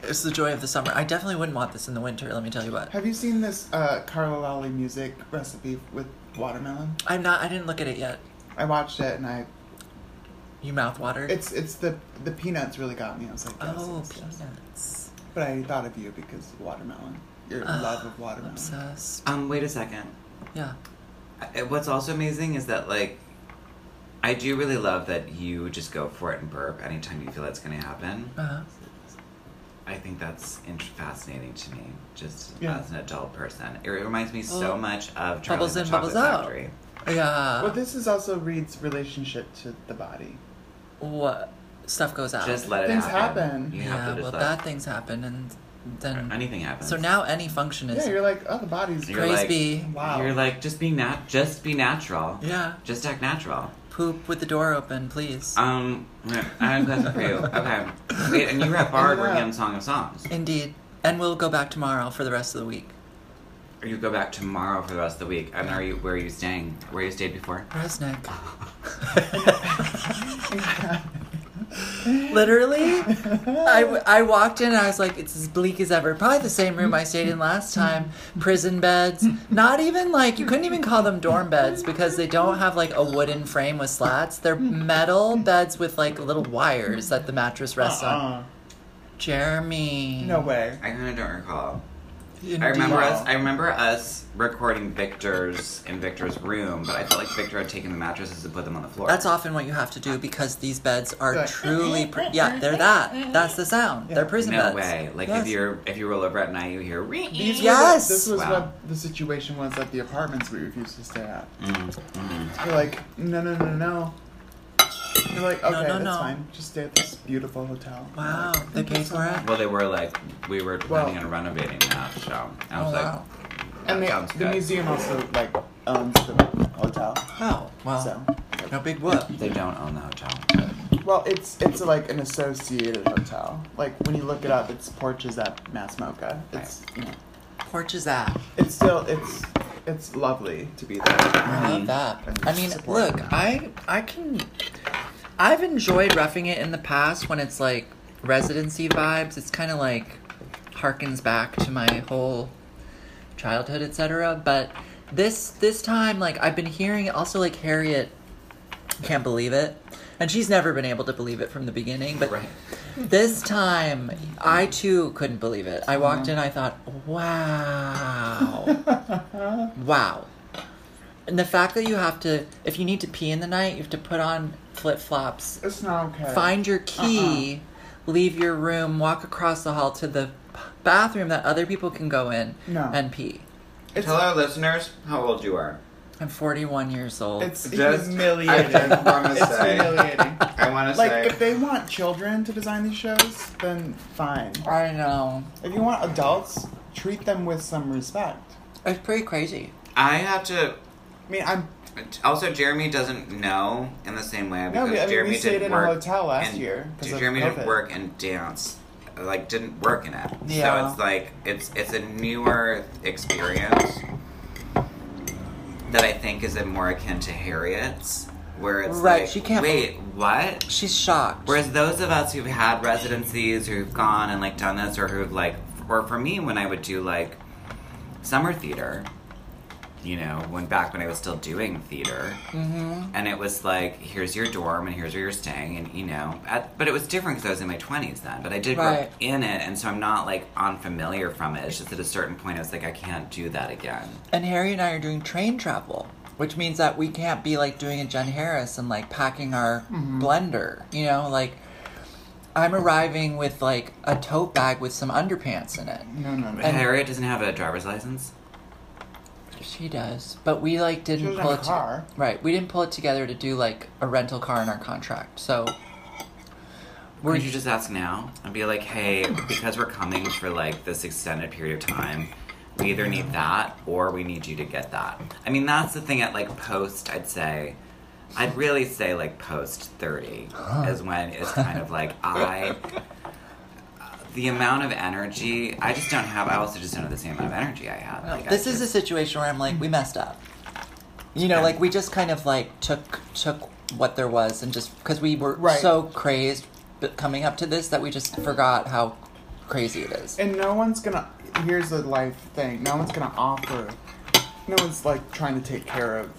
B: It's the joy of the summer. I definitely wouldn't want this in the winter, let me tell you what.
D: Have you seen this uh, Carla Lolly music recipe with watermelon?
B: I'm not, I didn't look at it yet.
D: I watched it and I
B: You mouth water?
D: it's it's the the peanuts really got me. I was like, yes,
B: oh,
D: yes, yes.
B: peanuts.
D: But I thought of you because watermelon, your love of watermelon.
B: Obsessed.
A: Um, wait a second.
B: Yeah.
A: I- Uh, What's also amazing is that like, I do really love that you just go for it and burp anytime you feel it's gonna happen.
B: Uh-huh.
A: I think that's int- fascinating to me, just
D: Yeah.
A: as an adult person. It reminds me so
B: Oh.
A: much of Charlie
B: Bubbles
A: and the
B: in,
A: Chocolate
B: bubbles out.
A: Factory.
B: Yeah.
D: Well, this is also Reed's relationship to the body.
B: what stuff goes out.
A: Just let
D: Things
A: it happen.
D: happen.
A: You have
B: yeah,
A: to just
B: well,
A: let
B: bad things happen, and then
A: anything happen.
B: so now any function is
D: Yeah, you're like, oh, the body's
A: You're
B: praise
A: like-
B: be.
D: wow.
A: You're like just be nat, just be natural.
B: Yeah,
A: Just act natural.
B: poop with the door open, please.
A: Um, I have a question for you. Okay, Wait, and you were at Bard working on Song of Songs.
B: Indeed, and we'll go back tomorrow for the rest of the week.
A: You go back tomorrow for the rest of the week. And are you where are you staying? Where you stayed before?
B: Resnick. Literally, I, w- I walked in and I was like, it's as bleak as ever. Probably the same room I stayed in last time. Prison beds. Not even like, you couldn't even call them dorm beds because they don't have like a wooden frame with slats. They're metal beds with like little wires that the mattress rests on.
D: uh-uh.
B: Jeremy.
D: no way.
A: I kind of don't recall.
B: Indeed.
A: I remember
D: Wow.
A: us. I remember us recording Victor's in Victor's room, but I felt like Victor had taken the mattresses and put them on the floor.
B: That's often what you have to do because these beds are
D: Like-
B: truly. Pr- yeah, they're that. That's the sound. They're
D: Yeah.
B: prison
A: No
B: beds.
A: way. Like
B: Yes.
A: if you're if you roll over at night, you hear.
D: These were the-
B: Yes!
D: this was
A: Wow.
D: what the situation was at the apartments we refused to stay at.
A: Mm-hmm.
D: You're like, no, no, no, no. You're like, okay,
B: no,
D: that's
B: no.
D: fine. Just stay at this beautiful hotel.
B: Wow,
D: Like,
B: they
D: thank you
B: paid
D: so
B: for
D: much.
B: it?
A: Well, they were like we were planning
D: Well-
A: on renovating that, so I was
B: Oh,
A: like,
B: wow.
A: that
D: And
A: sounds
D: they, the
A: good.
D: museum also like owns the hotel.
B: Oh, well,
D: So
B: no big whoop.
A: They don't own the hotel.
D: Well, it's it's like an associated hotel. Like when you look it up, it's Porches at Mass Mocha. It's you know,
B: Porch is out.
D: it's still it's it's lovely to be there.
B: I love that. I mean,
D: Support.
B: look, I I can I've enjoyed roughing it in the past when it's like residency vibes. It's kind of like harkens back to my whole childhood, etc. But this this time, like I've been hearing, also like Harriet can't believe it, and she's never been able to believe it from the beginning. But this time, I too couldn't believe it. I walked in, I thought, wow, wow. And the fact that you have to, if you need to pee in the night, you have to put on flip flops,
D: It's not okay.
B: find your key, leave your room, walk across the hall to the bathroom that other people can go in
D: No.
B: and pee.
D: It's,
A: Tell our listeners how old you are.
B: I'm 41 years old.
D: it's
A: Just-
D: humiliating.
A: I just wanna
D: it's
A: say-
D: humiliating.
A: I want to
D: Like
A: say.
D: if they want children to design these shows, then fine.
B: I know.
D: If you want adults, treat them with some respect.
B: It's pretty crazy.
A: I have to.
D: I mean, I'm
A: Also, Jeremy doesn't know in the same way because
D: No, I mean, we
A: Jeremy
D: stayed
A: didn't
D: in a
A: work
D: hotel last
A: and-
D: year 'cause of
A: Jeremy
D: COVID.
A: didn't work and dance, like didn't work in it.
B: Yeah.
A: So it's like it's it's a newer experience that I think is more akin to Harriet's, where it's
B: Right,
A: like,
B: she can't
A: wait, what?
B: She's shocked.
A: Whereas those of us who've had residencies, who've gone and like done this, or who've like, or for me, when I would do like summer theater, you know, when back when I was still doing theater,
B: Mm-hmm.
A: and it was like, here's your dorm and here's where you're staying, and you know, at, but it was different because I was in my twenties then. But I did
B: Right.
A: work in it, and so I'm not like unfamiliar from it. It's just at a certain point, I was like, I can't do that again.
B: And Harry and I are doing train travel, which means that we can't be like doing a Jen Harris and like packing our
D: Mm-hmm.
B: blender. You know, like I'm arriving with like a tote bag with some underpants in it.
D: no, no, no.
A: But Harriet doesn't have a driver's license.
B: She does, but we like
D: She
B: didn't
D: doesn't
B: pull
D: have
B: it.
D: a
B: to-
D: car.
B: right, we didn't pull it together to do like a rental car in our contract. So
A: Were you just ask now and be like, hey, because we're coming for like this extended period of time, we either need that or we need you to get that. I mean, that's the thing at like post, I'd say, I'd really say like post 30
B: Ah.
A: is when it's kind of like, I, the amount of energy, I just don't have, I also just don't have the same amount of energy I
D: Oh
A: had. Like,
B: this
A: I
B: is a
A: just,
B: situation where I'm like,
D: Mm-hmm.
B: we messed up. You know,
A: Yeah.
B: like we just kind of like took took what there was and just because we were
D: Right.
B: so crazed b- coming up to this that we just forgot how crazy it is.
D: And no one's gonna. Here's the life thing. No one's gonna offer. No one's like trying to take care of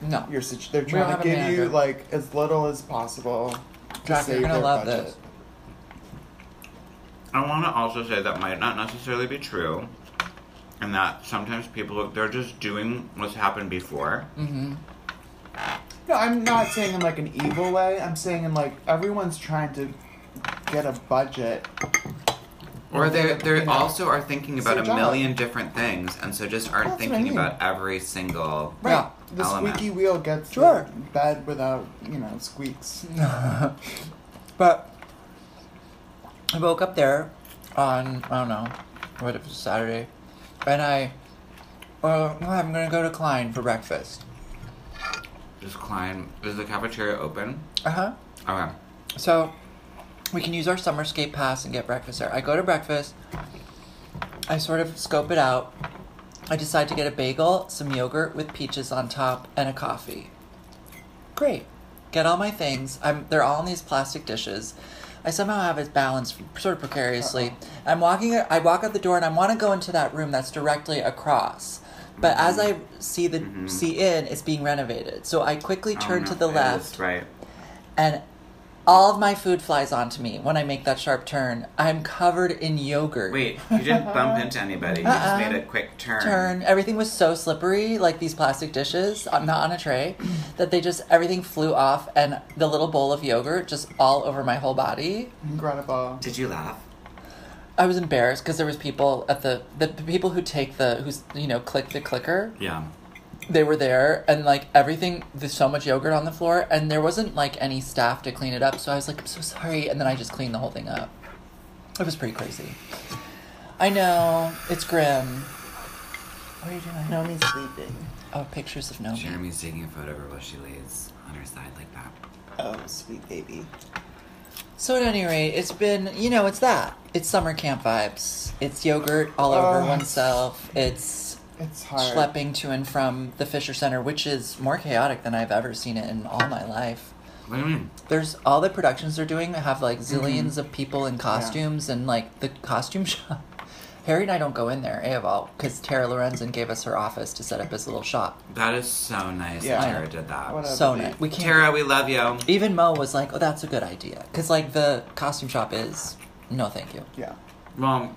B: No,
D: your situation. They're
B: We don't
D: trying
B: have
D: to
B: a
D: give you
B: manager.
D: like as little as possible. to
B: Jack, you're
D: save
B: gonna
D: their
B: love
D: budget.
B: this.
A: I want to also say that might not necessarily be true, and that sometimes people they're just doing what's happened before.
B: Mm-hmm.
D: No, I'm not saying in like an evil way. I'm saying in like everyone's trying to get a budget.
A: Or they they
D: Yeah.
A: also are thinking about
D: Same
A: a
D: job.
A: million different things, and so just aren't
D: That's what I
A: thinking
D: mean.
A: about every single.
B: Right. Yeah.
D: The
A: Element.
D: squeaky wheel gets the
B: Sure.
D: bed without you know squeaks.
B: But I woke up there on I don't know what it was Saturday, and I, uh, I'm gonna go to Klein for breakfast.
A: Is Klein is the cafeteria open?
B: Uh
D: Uh-huh.
B: huh.
A: Okay.
B: So we can use our summer skate pass and get breakfast there. I go to breakfast. I sort of scope it out. I decide to get a bagel, some yogurt with peaches on top, and a coffee. Great. Get all my things. I'm they're all in these plastic dishes. I somehow have it balanced sort of precariously. I'm walking I walk out the door and I want to go into that room that's directly across. But as I see the see in, it's being renovated. So I quickly turn
A: Oh, no,
B: to the
A: it
B: left
A: is, right.
B: and all of my food flies onto me when I make that sharp turn. I'm covered in yogurt.
A: Wait, you didn't bump into anybody. You
B: Uh-uh.
A: just made a quick turn.
B: Turn. Everything was so slippery, like these plastic dishes, uh, not on a tray, that they just everything flew off, and the little bowl of yogurt just all over my whole body.
D: Incredible.
A: Did you laugh?
B: I was embarrassed because there was people at the the people who take the who's you know click the clicker.
A: Yeah.
B: They were there, and like everything, there's so much yogurt on the floor, and there wasn't like any staff to clean it up. So I was like, I'm so sorry, and then I just cleaned the whole thing up. It was pretty crazy. I know it's grim. What are you doing?
E: Nomi's sleeping.
B: Oh, pictures of Nomi.
A: Jeremy's taking a photo of her while she lays on her side like that.
B: Oh, sweet baby. So at any rate, it's been you know it's that it's summer camp vibes. It's yogurt all over
D: Oh.
B: oneself. It's
D: It's hard.
B: schlepping to and from the Fisher Center, which is more chaotic than I've ever seen it in all my life.
A: What do you mean?
B: There's all the productions they're doing have like zillions of people in costumes and like the costume shop. Harry and I don't go in there at all because Tara Lorenzen gave us her office to set up his little shop.
A: That is so nice.
D: Yeah.
A: that Tara did that.
D: What a-
B: So nice. We can't.
A: Tara, we love you.
B: Even Mo was like, "Oh, that's a good idea," because like the costume shop is no, thank you.
D: Yeah.
A: Well,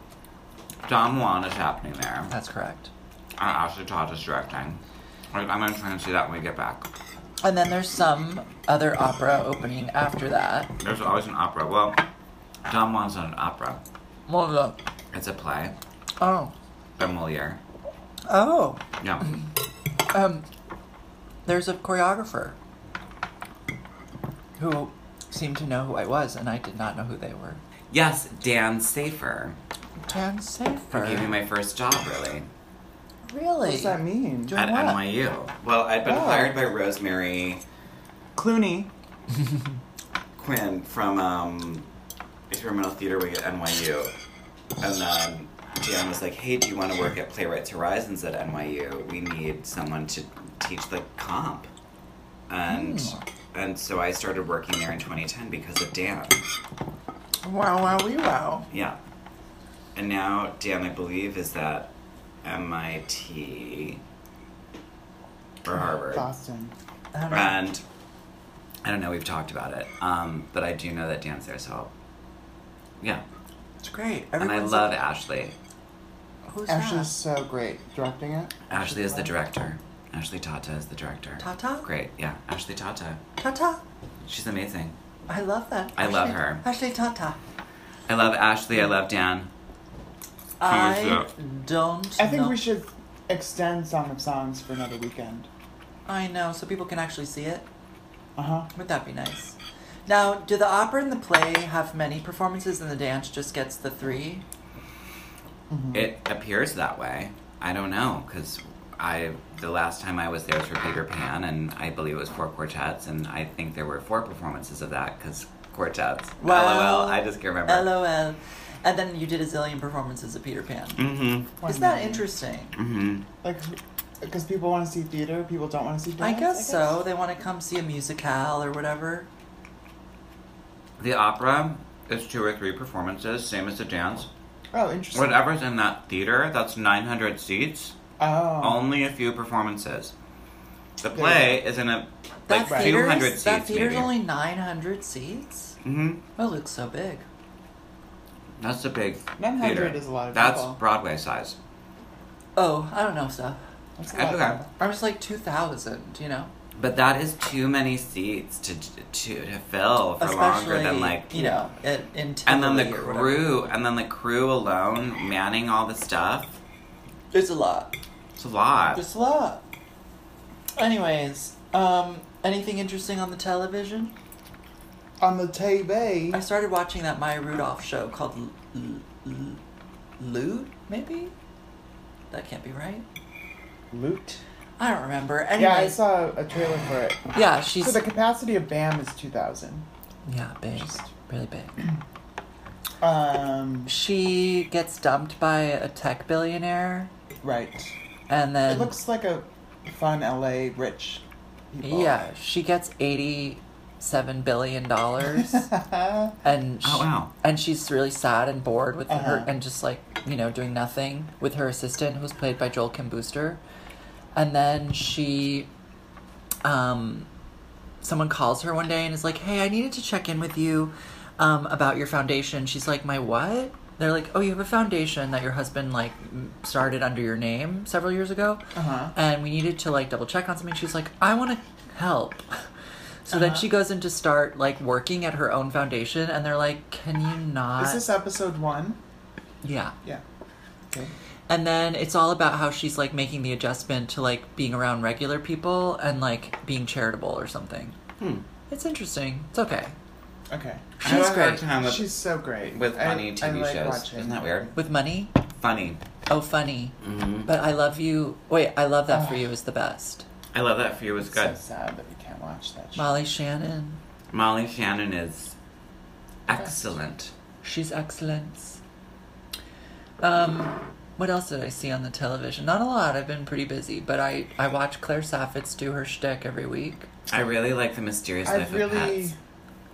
A: Don Juan is happening there.
B: That's correct.
A: And Ashley Todd is directing. Like, I'm gonna try and see that when we get back.
B: And then there's some other opera opening after that.
A: There's always an opera. Well, Don Juan's not an opera.
B: Well, look.
A: It's a play
B: Oh,
A: by Moliere.
B: oh.
A: Yeah.
B: Um, there's a choreographer who seemed to know who I was, and I did not know who they were.
A: Yes, Dan Safer.
B: Dan
A: Who gave me
B: Safer.
A: my first job, really.
B: Really?
D: What does that mean?
B: Do-
A: At
B: what?
A: NYU. Well, I'd been
D: Oh.
A: hired by Rosemary
D: Clooney.
A: Quinn from um, experimental theater wing at NYU, and um, Dan was like, "Hey, do you want to work at Playwrights Horizons at NYU? We need someone to teach the comp," and
B: Mm.
A: and so I started working there in 2010 because of Dan.
D: Wow, wow, wee, wow.
A: Yeah, and now Dan, I believe, is at MIT or Harvard.
D: Boston.
B: I don't know.
A: And I don't know, we've talked about it. Um, but I do know that Dan's there, so yeah.
B: It's great.
A: And I
B: Everyone's
A: love Ashley.
B: Like, Who's
D: Ashley's so great directing it.
A: Ashley is the director. Ashley Tata is the director.
B: that? Tata.
A: Great, yeah. Ashley Tata.
B: Tata.
A: She's amazing.
B: I love that.
A: I love her.
B: Ashley Tata.
A: I love Ashley. I love Dan.
B: I
A: Who's
B: don't.
D: I think
B: know.
D: we should extend Song of Songs for another weekend.
B: I know, so people can actually see it.
D: Uh huh.
B: Would that be nice? Now, do the opera and the play have many performances, and the dance just gets the three?
D: Mm-hmm.
A: It appears that way. I don't know because I the last time I was there was for Peter Pan, and I believe it was four quartets, and I think there were four performances of that because quartets.
B: Wow.
A: LOL. I just can't remember.
B: LOL. And then you did a zillion performances of Peter Pan.
A: Mm-hmm.
B: Isn't that interesting?
A: Mm-hmm.
D: Like, because people want to see theater, people don't want to see dance.
B: I guess so. They want to come see a musicale or whatever.
A: The opera is two or three performances, same as the dance.
D: Oh, interesting.
A: Whatever's in that theater, that's 900 seats,
D: Oh.
A: only a few performances. The
D: you
A: play is in a
B: That
A: like
D: Right.
B: theater
A: 200
B: is,
A: seats.
B: that theater's
A: maybe.
B: only 900 seats?
A: hmm
B: Well, it looks so big.
A: That's a big
D: 900
A: theater.
D: is a lot of
A: That's
D: people.
A: Broadway size.
B: Oh, I don't know, so.
D: That's a
A: Okay.
D: lot of people.
B: I was like 2,000, you know?
A: But that is too many seats to to, to fill for longer
B: Especially,
A: than like
B: you know, at, in
A: And then the
B: Tivoli or whatever.
A: crew, and then the crew alone manning all the stuff.
B: It's a lot.
A: It's a lot.
B: It's love. Anyways, um, anything interesting on the television?
D: On the TV.
B: I started watching that Maya Rudolph show called L- L- L- Lewd, maybe? That can't be right.
D: Loot.
B: I don't remember. Anyway,
D: Yeah, I saw a trailer for it.
B: yeah, she's.
D: So the capacity of BAM is 2,000.
B: yeah, big. Really big.
D: Um,
B: She gets dumped by a tech billionaire,
D: right.
B: and
D: It
B: then.
D: looks like a fun LA rich people.
B: yeah, she gets $87 billion.
D: Uh-huh.
B: and she,
A: Oh, wow.
B: and she's really sad and bored with her
D: Uh-huh.
B: and just like you know doing nothing with her assistant who's played by Joel Kim Booster, and then she, um, someone calls her one day and is like, "Hey, I needed to check in with you, um, about your foundation." She's like, "My what?" They're like, "Oh, you have a foundation that your husband like m- started under your name several years ago."
D: Uh-huh.
B: and we needed to like double check on something. She's like, I want to help. So
D: Uh-huh.
B: then she goes in to start like working at her own foundation, and they're like, Can you not?
D: Is this episode one?
B: yeah.
D: Yeah. Okay.
B: And then it's all about how she's like making the adjustment to like being around regular people and like being charitable or something.
A: Hmm.
B: It's interesting. It's okay.
D: Okay.
A: I have
B: She's
A: a hard
B: great.
A: time with-
D: She's so great.
A: with
D: I-
A: funny
D: I
A: TV
D: like
A: shows.
D: watching.
A: Isn't that weird?
B: With money?
A: Funny.
B: Oh, funny.
A: Mm-hmm.
B: But I love you. Wait, I love that for
D: Ugh.
B: you is the best.
A: I love that for you. It was
D: It's
A: good.
D: so sad that we can't watch that show.
B: Molly Shannon.
A: Molly Shannon is excellent.
B: She's excellence. Um, what else did I see on the television? Not a lot. I've been pretty busy, but I I watch Claire Saffitz do her shtick every week.
A: I really like the mysterious
D: I
A: life of
D: really.
A: pets.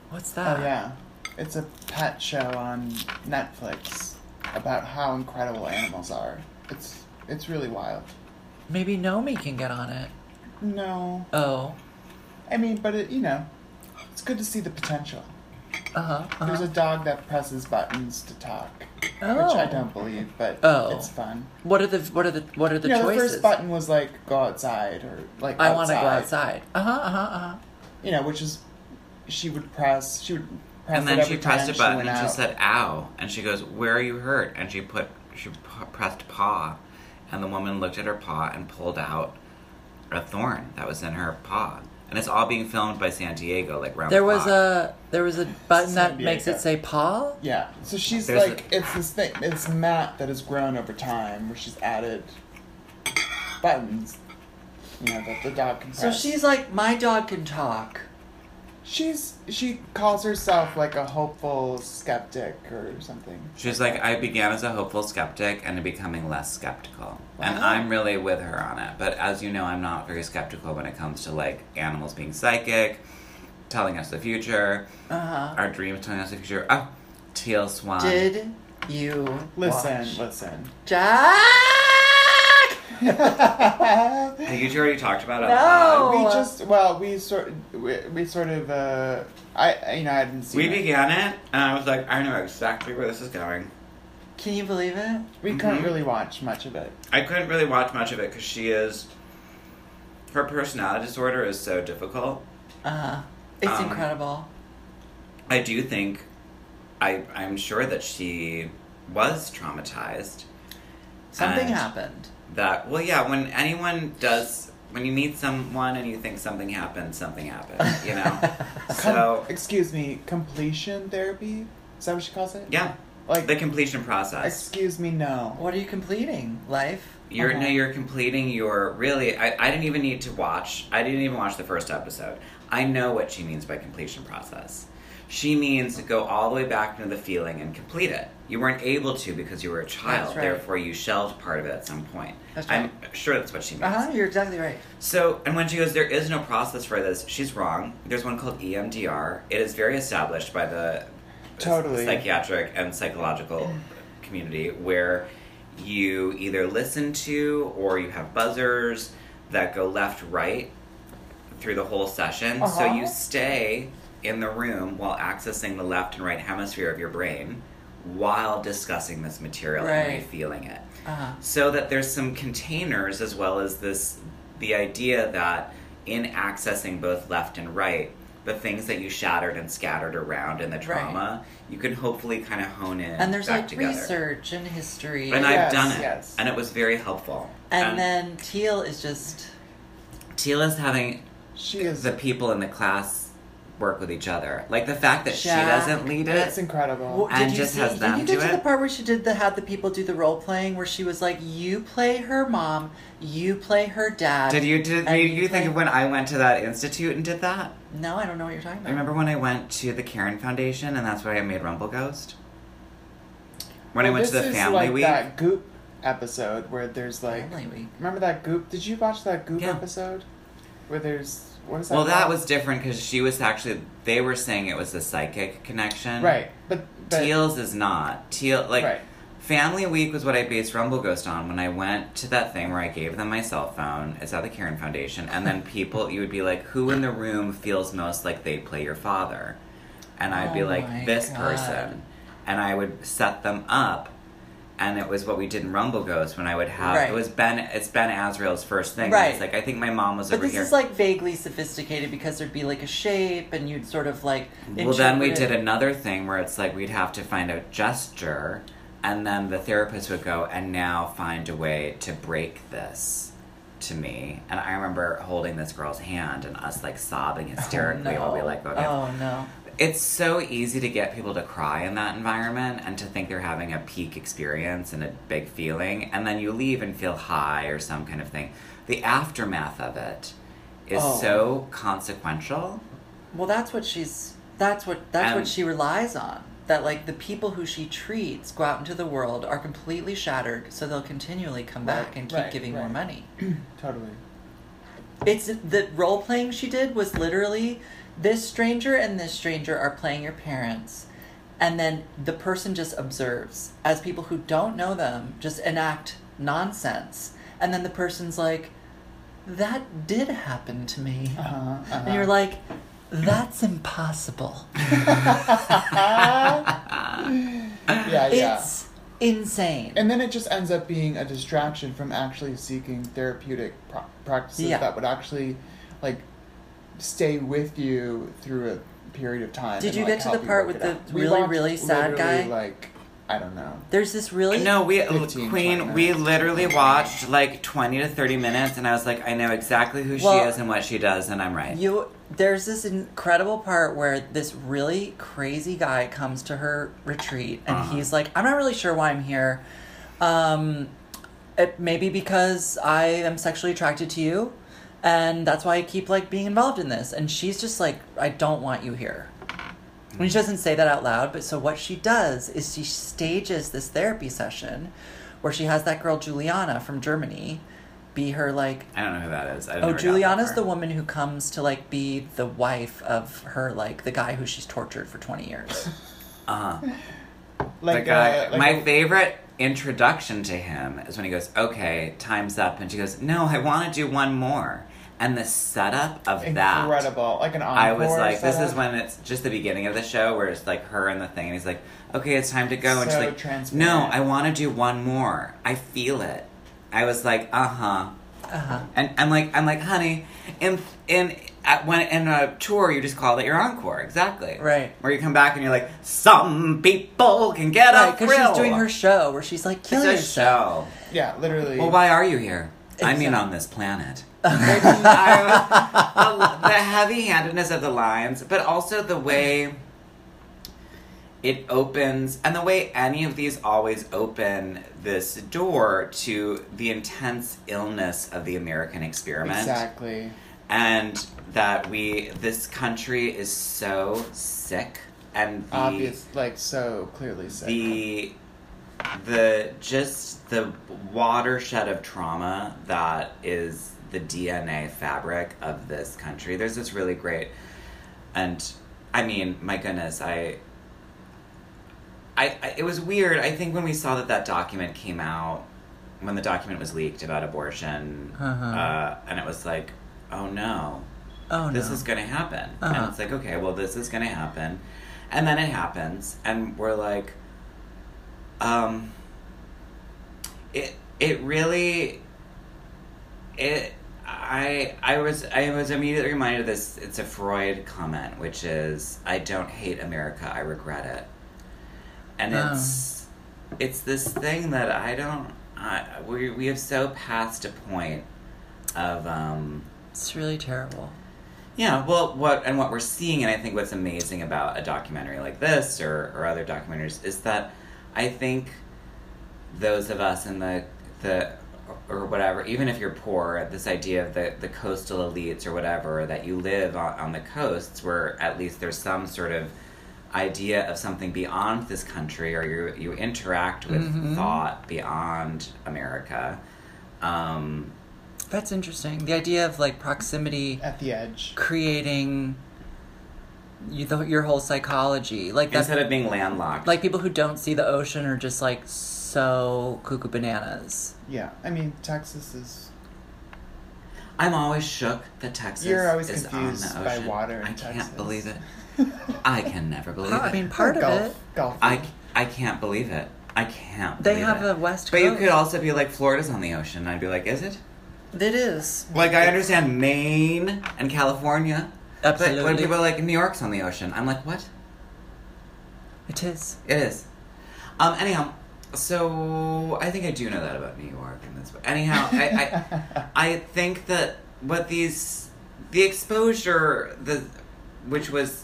B: What's
D: Oh
B: that?
D: yeah, it's a pet show on Netflix about how incredible animals are. It's it's really wild.
B: Maybe Nomi can get on it.
D: No,
B: Oh.
D: I mean, but it you know, it's good to see the potential.
B: Uh huh.
D: There's a dog that presses buttons to talk, which I
B: Oh.
D: don't believe, but
B: Oh.
D: it's fun.
B: What are the what are the what are the
D: you know,
B: choices?
D: the first button was like go outside or like
B: I want to go outside. Uh huh. Uh huh. Uh huh.
D: You know, which is she would press. She would press.
A: And
D: it
A: then she
D: every
A: pressed
D: time
A: a button
D: went
A: and she
D: out.
A: said, ow. And she goes, where are you hurt? And she put, she p- pressed paw. And the woman looked at her paw and pulled out a thorn that was in her paw. And it's all being filmed by San Diego, like round
B: There
A: the
B: was
A: clock.
B: a there was a button
D: San
B: that makes it
D: Diego.
B: say paw.
D: Yeah. So she's
A: There's
D: like, it's this thing, it's Matt that has grown over time, where she's added buttons, you know, that the dog can press.
B: So she's like, my dog can talk.
D: she's she calls herself like a hopeful skeptic or something.
A: She's like, I began as a hopeful skeptic and am becoming less skeptical. And
B: Wow.
A: I'm really with her on it. But as you know, I'm not very skeptical when it comes to like animals being psychic, telling us the future,
D: Uh-huh.
B: Uh
A: our dreams telling us the future. Oh, Teal Swan.
B: huh. Did you
D: Listen,
B: watch-
D: listen.
B: Jack?
A: Have you two already talked about it?
B: No.
D: we just well, we sort we, we sort of uh, I I- you know I didn't see.
A: We
D: it.
A: began it, and I was like, I know exactly where this is going.
B: Can you believe it?
D: we
A: Mm-hmm.
D: couldn't really watch much of it.
A: I couldn't really watch much of it because she is. Her personality disorder is so difficult.
B: Uh huh. It's
A: Um,
B: incredible.
A: I do think, I I'm sure that she was traumatized.
B: Something
A: and
B: happened.
A: That well, yeah. When anyone does, when you meet someone and you think something happened, something happened. You know.
D: Com-
A: so
D: excuse me, completion therapy. Is that what she calls it?
A: yeah,
D: Like
A: the completion process.
D: excuse me, no.
B: What are you completing? Life?
A: You're no,
D: Okay.
A: you're completing your really. I, I didn't even need to watch. I didn't even watch the first episode. I know what she means by completion process. She means to go all the way back into the feeling and complete it. You weren't able to because you were a child.
B: That's right.
A: Therefore, you shelved part of it at some point.
B: That's
A: I'm sure that's what she means.
B: Uh huh. You're exactly right.
A: So, and when she goes, there is no process for this. She's wrong. There's one called E EMDR. It is very established by the
D: Totally.
A: psychiatric and psychological community where you either listen to or you have buzzers that go left right through the whole session. So
D: Uh-huh.
A: you stay in the room while accessing the left and right hemisphere of your brain while discussing this material
B: Right.
A: and feeling it
B: Uh huh.
A: so that there's some containers as well as this the idea that in accessing both left and right the things that you shattered and scattered around in the trauma you can hopefully kind of hone in
B: And there's
A: back
B: like
A: together.
B: research and history.
A: and
D: Yes,
A: i've done it
D: yes.
A: and it was very helpful
B: and then Teal is just.
A: Tila's having
D: She is.
A: the people in the class work with each other like the fact that she
B: Jack,
A: doesn't lead
D: It's
A: it
D: incredible.
B: Well,
A: and just has them
B: Did you
A: do
B: get to the
A: it?
B: part where she did the had the people do the role playing where she was like, "You play her mom, you play her dad."
A: did you did
B: and
A: you, you think
B: play-
A: of when i went to that institute and did that
B: No, I don't know what you're talking about.
A: I remember when I went to the Karen Foundation, and that's where I made Rumble Ghost. When I
D: Well,
A: went to
D: this
A: the
D: is
A: family
D: like
A: week,
D: That Goop episode where there's like.
B: Family week.
D: Remember that Goop? Did you watch that Goop
A: Yeah.
D: episode? Where there's what is that?
A: well, that
D: called?
A: was different because she was actually. They were saying it was a psychic connection.
D: right, but, but
A: Teals is not Teal. Like
D: Right.
A: Family Week was what I based Rumble Ghost on when I went to that thing where I gave them my cell phone. It's at the Karen Foundation, and then people, you would be like, "Who in the room feels most like they play your father?" And I'd be
B: Oh
A: like,
B: my
A: "This
B: God.
A: person," and I would set them up. And it was what we did in Rumble Ghost when I would have
B: Right.
A: it was Ben it's Ben Azrael's first thing.
B: Right.
A: It's like I think my mom was
B: But
A: over
B: this
A: here.
B: is like vaguely sophisticated because there'd be like a shape, and you'd sort of like.
A: Well, then we
B: interpret
A: did
B: it.
A: another thing where it's like we'd have to find a gesture, and then the therapist would go, and now find a way to break this to me. And I remember holding this girl's hand and us like sobbing hysterically while we like go down.
B: Oh no!
A: It's so easy to get people to cry in that environment and to think they're having a peak experience and a big feeling, and then you leave and feel high or some kind of thing. The aftermath of it is
B: Oh.
A: so consequential
B: Well, that's what she's. That's what. That's
A: Um,
B: what she relies on. That like the people who she treats go out into the world are completely shattered, so they'll continually come back
D: Right,
B: and keep
D: right,
B: giving
D: right.
B: more money.
D: Totally.
B: It's the role playing she did was literally this stranger and this stranger are playing your parents. And then the person just observes as people who don't know them just enact nonsense. And then the person's like, that did happen to me.
D: Uh-huh, uh-huh.
B: And you're like, that's impossible.
A: um,
D: yeah, yeah.
B: It's insane.
D: And then it just ends up being a distraction from actually seeking therapeutic pro- practices
B: Yeah.
D: that would actually, like, stay with you through a period of time.
B: Did
D: and,
B: you
D: like,
B: get to
D: help
B: the
D: you
B: part
D: work
B: with
D: it out.
B: the
D: We
B: really,
D: watched
B: really sad
D: literally,
B: guy?
D: Like, I don't know.
B: There's this really
A: No, we
D: 15,
A: Queen.
D: 20
A: We
D: minutes.
A: literally watched like twenty to thirty minutes, and I was like, I know exactly who
B: Well,
A: she is and what she does, and I'm right.
B: You there's this incredible part where this really crazy guy comes to her retreat and he's like, "I'm not really sure why I'm here. Um, it maybe because I am sexually attracted to you, and that's why I keep like being involved in this." And she's just like, "I don't want you here." And she doesn't say that out loud, but so what she does is she stages this therapy session where she has that girl Juliana from Germany be her like
A: I don't know who that is. I never
B: Oh,
A: got that
B: Juliana's
A: far.
B: the woman who comes to like be the wife of her like the guy who she's tortured for twenty years.
A: Uh-huh.
D: Like,
A: the guy.
D: uh, like
A: my
D: a-
A: favorite introduction to him is when he goes, "Okay, time's up," and she goes, "No, I want to do one more." And the setup of that,
D: incredible, like an encore.
A: I was like, "This is
D: setup.
A: when it's just the beginning of the show, where it's like her and the thing." And he's like, "Okay, it's time to go," and
D: So
A: she's like,
D: transparent.
A: "No, I want to do one more. I feel it." I was like, "Uh huh."
B: Uh-huh.
A: And I'm like, I'm like, honey, in in at when in a tour, you just call it your encore, exactly.
B: Right.
A: Where you come back and you're like, some people can get
B: Right,
A: a
B: because she's
A: thrill."
B: doing her show where she's like, "Kill
A: it's a
B: yourself."
A: show.
D: Yeah, literally.
A: Well, why are you here? I mean,
B: Exactly.
A: on this planet. I was- the, the heavy-handedness of the lines, but also the way it opens, and the way any of these always open this door to the intense illness of the American experiment
D: exactly.
A: and that we this country is so sick and the
D: Obvious, like so clearly said.
A: the the just the watershed of trauma that is the DNA fabric of this country. There's this really great and I mean, my goodness, I I, I it was weird. I think when we saw that that document came out, when the document was leaked about abortion,
B: Uh-huh.
A: uh, and it was like, oh no,
B: Oh no!
A: this is going to happen.
B: Uh-huh.
A: And it's like, okay, well, this is going to happen. And then it happens, and we're like, um, it it really, it I I was I was immediately reminded of this. It's a Freud comment, which is, I don't hate America, I regret it, and
B: Oh.
A: it's it's this thing that I don't. I, we we have so passed a point of um,
B: it's really terrible.
A: yeah, well, what and what we're seeing, and I think what's amazing about a documentary like this or, or other documentaries is that I think those of us in the the or whatever, even if you're poor, this idea of the, the coastal elites or whatever that you live on, on the coasts, where at least there's some sort of idea of something beyond this country, or you you interact with
B: Mhm.
A: thought beyond America. Um,
B: That's interesting. The idea of like proximity
D: at the edge.
B: creating you, the, your whole psychology, like that's
A: instead of being landlocked,
B: like people who don't see the ocean are just like so cuckoo bananas.
D: Yeah, I mean Texas is.
A: I'm always shook that Texas
D: You're always
A: is
D: confused
A: on the
D: by
A: ocean.
D: water in
A: I
D: Texas.
A: can't believe it. I can never believe
B: I
A: it.
B: mean, part of
D: golf,
B: it.
D: Golf.
A: I, I can't believe it. I can't.
B: They
A: believe
B: have
A: it.
B: a West
A: But you
B: Coast.
A: could also be like, Florida's on the ocean. I'd be like, is it?
B: It is.
A: Like, I understand Maine and California. But when
B: Absolutely.
A: people are like, New York's on the ocean, I'm like, what?
B: It is.
A: It is. Um, anyhow, so I think I do know that about New York and this. Anyhow, I, I I think that what these the exposure the which was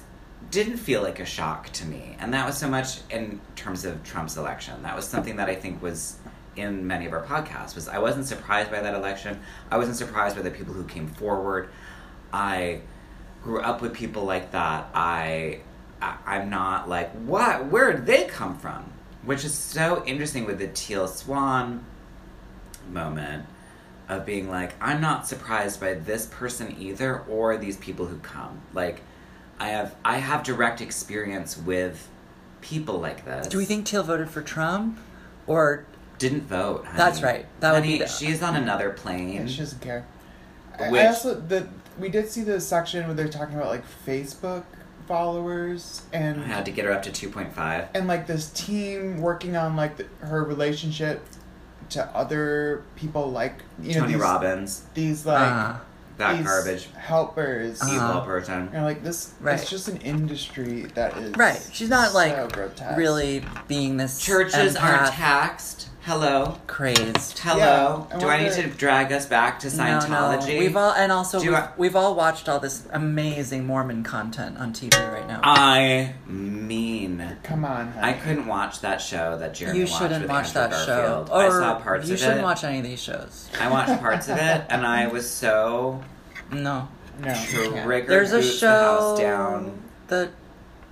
A: didn't feel like a shock to me, and that was so much in terms of Trump's election. That was something that I think was in many of our podcasts was I wasn't surprised by that election. I wasn't surprised by the people who came forward. I grew up with people like that, I, I I'm not like what? Where did they come from? Which is so interesting with the teal swan moment of being like, I'm not surprised by this person either or these people who come. Like, I have I have direct experience with people like this.
B: Do we think Teal voted for Trump, or
A: didn't vote? honey.
B: That's right. That would be
A: Honey,
B: the-
A: she's on another plane.
D: Yeah, she doesn't care. I,
A: Which-
D: I also the we did see the section where they're talking about like Facebook followers
A: I
D: and
A: had to get her up to 2.5.
D: and like this team working on like the, her relationship to other people like you know
A: Tony
D: these,
A: Robbins, Uh-huh.
D: these like
B: Ah.
A: that
D: these
A: garbage,
D: helpers
B: Uh-huh.
A: evil person.
D: and like this
B: Right.
D: it's just an industry that is
B: Right. She's not, like,
D: so grotesque.
B: really being this
A: Churches are
B: empath
A: taxed. Hello.
B: crazed?
A: Hello.
D: Yeah, I
A: Do I need to
D: wonder-
A: drag us back to Scientology?
B: No, no. We've all and also
A: Do you
B: we've,
A: want-
B: we've all watched all this amazing Mormon content on TV right now.
A: I mean.
D: come on honey.
A: I couldn't watch that show that Jeremy
B: you
A: watched
B: shouldn't
A: with
B: watch
A: Andrew
B: that show.
A: Garfield.
B: Or
A: I saw parts
B: you
A: of
B: shouldn't
A: it.
B: watch any of these shows.
A: I watched parts of it, and I was so
B: No.
D: no you can't.
A: triggered.
B: There's a
A: boots the house
B: show
A: down.
B: that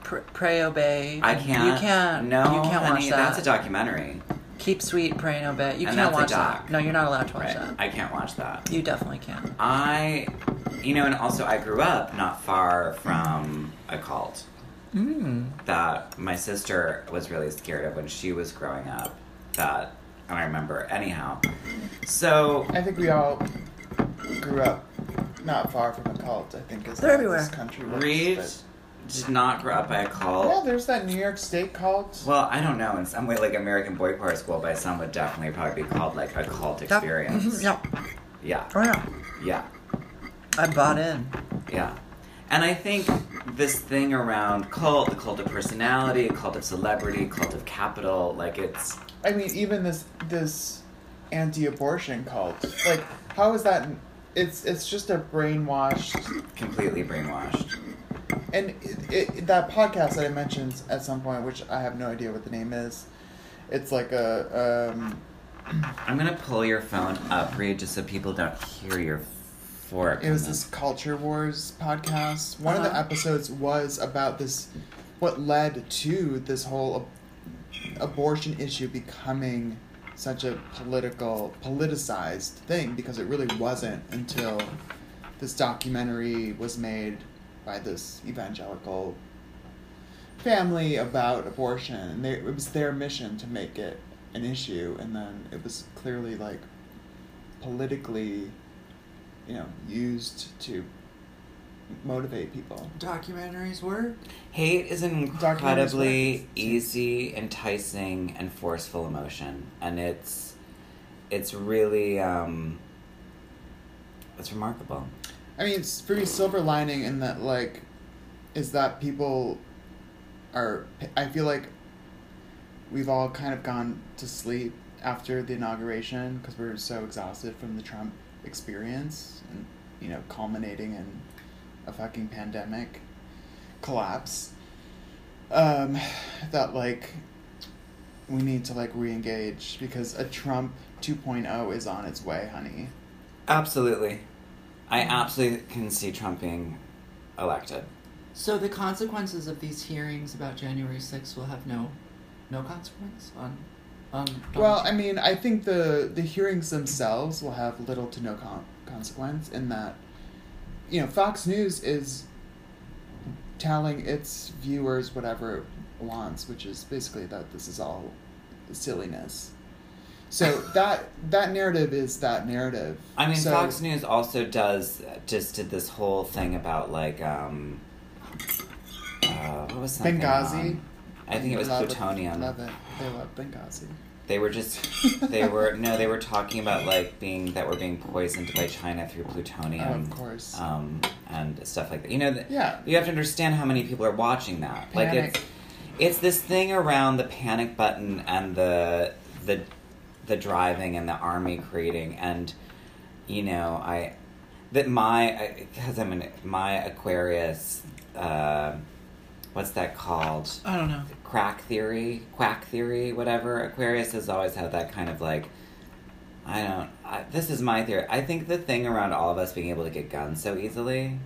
B: pr- pray obey.
A: I can't.
B: You can't.
A: No,
B: you can't
A: honey,
B: watch that.
A: That's a documentary.
B: Keep sweet, pray and obey. You
A: And
B: can't
A: that's a
B: watch
A: doc.
B: that. No, you're not allowed to watch
A: Right.
B: that.
A: I can't watch that.
B: You definitely can.
A: I, you know, and also I grew up not far from a cult
B: Mm.
A: that my sister was really scared of when she was growing up. That, and I remember anyhow. So
D: I think we all grew up not far from a cult. I think is
B: They're
D: how
B: everywhere.
D: This country works,
A: Reed did not grow up by a
D: but- Yeah,
A: cult.
D: there's that New York State cult.
A: Well, I don't know. In some way, like American Boy Choir School, by some would definitely probably be called like a cult
B: That-
D: mm-hmm,
A: experience.
B: Yeah.
A: Mm-hmm. Yeah,
B: Oh yeah.
A: yeah.
B: I bought in.
A: Yeah. And I think this thing around cult, the cult of personality, cult of celebrity, cult of capital, like it's
D: I mean, even this this anti-abortion cult. Like, how is that? It's it's just a brainwashed,
A: completely brainwashed.
D: and it, it, that podcast that I mentioned at some point, which I have no idea what the name is. It's like a um,
A: I'm gonna pull your phone up, Reed, just so people don't hear your fork.
D: It was this Culture Wars podcast. One of the
B: Uh-huh.
D: episodes was about this, what led to this whole ab- abortion issue becoming such a political, politicized thing because it really wasn't until this documentary was made by this evangelical family about abortion. And they, it was their mission to make it an issue, and then it was clearly like politically you know, used to motivate people.
B: Documentaries work.
A: Hate is an
D: Dark Matters
A: incredibly
D: works.
A: easy, enticing, and forceful emotion, and it's it's really um, it's remarkable.
D: I mean, it's very silver lining in that, like, is that people are. I feel like we've all kind of gone to sleep after the inauguration because we're so exhausted from the Trump experience and, you know, culminating in a fucking pandemic collapse. Um, that, like, we need to, like, re engage because a Trump 2.0 is on its way, honey.
A: Absolutely, I
D: Mm-hmm.
A: absolutely can see Trump being elected.
B: So
C: The consequences of these hearings about January 6th will have no, no consequence on, on. Donald
D: Well, I
C: Trump.
D: mean, I think the the hearings themselves will have little to no con- consequence in that, you know, Fox News is telling its viewers whatever it wants, which is basically that this is all silliness. So that that narrative is that narrative.
A: I mean,
D: so,
A: Fox News also does just did this whole thing about like um, uh, what was something
D: Benghazi.
A: on? I think it was
D: Love
A: plutonium.
D: Love it. They love Benghazi.
A: They were just they were no, they were talking about like being that we're being poisoned by China through plutonium.
D: Oh, of course.
A: Um, and stuff like that. You know, th-
D: Yeah.
A: you have to understand how many people are watching that. Like
D: Panic.
A: it's it's this thing around the panic button and the the the driving and the army creating and you know I that my because I'm an my Aquarius uh, what's that called
B: I don't know.
A: crack theory, quack theory, whatever. Aquarius has always had that kind of like, I don't, I, this is my theory. I think the thing around all of us being able to get guns so easily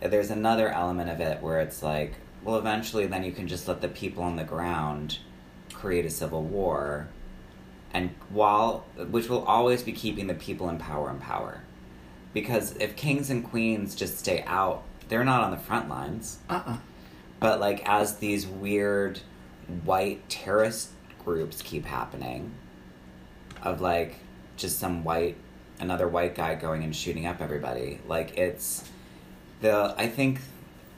A: there's another element of it where it's like, well, eventually then you can just let the people on the ground create a civil war, and while which will always be keeping the people in power in power, because if kings and queens just stay out, they're not on the front lines.
B: Uh
C: Uh-uh.
B: uh
A: But like as these weird white terrorist groups keep happening, of like just some white another white guy going and shooting up everybody. Like it's the I think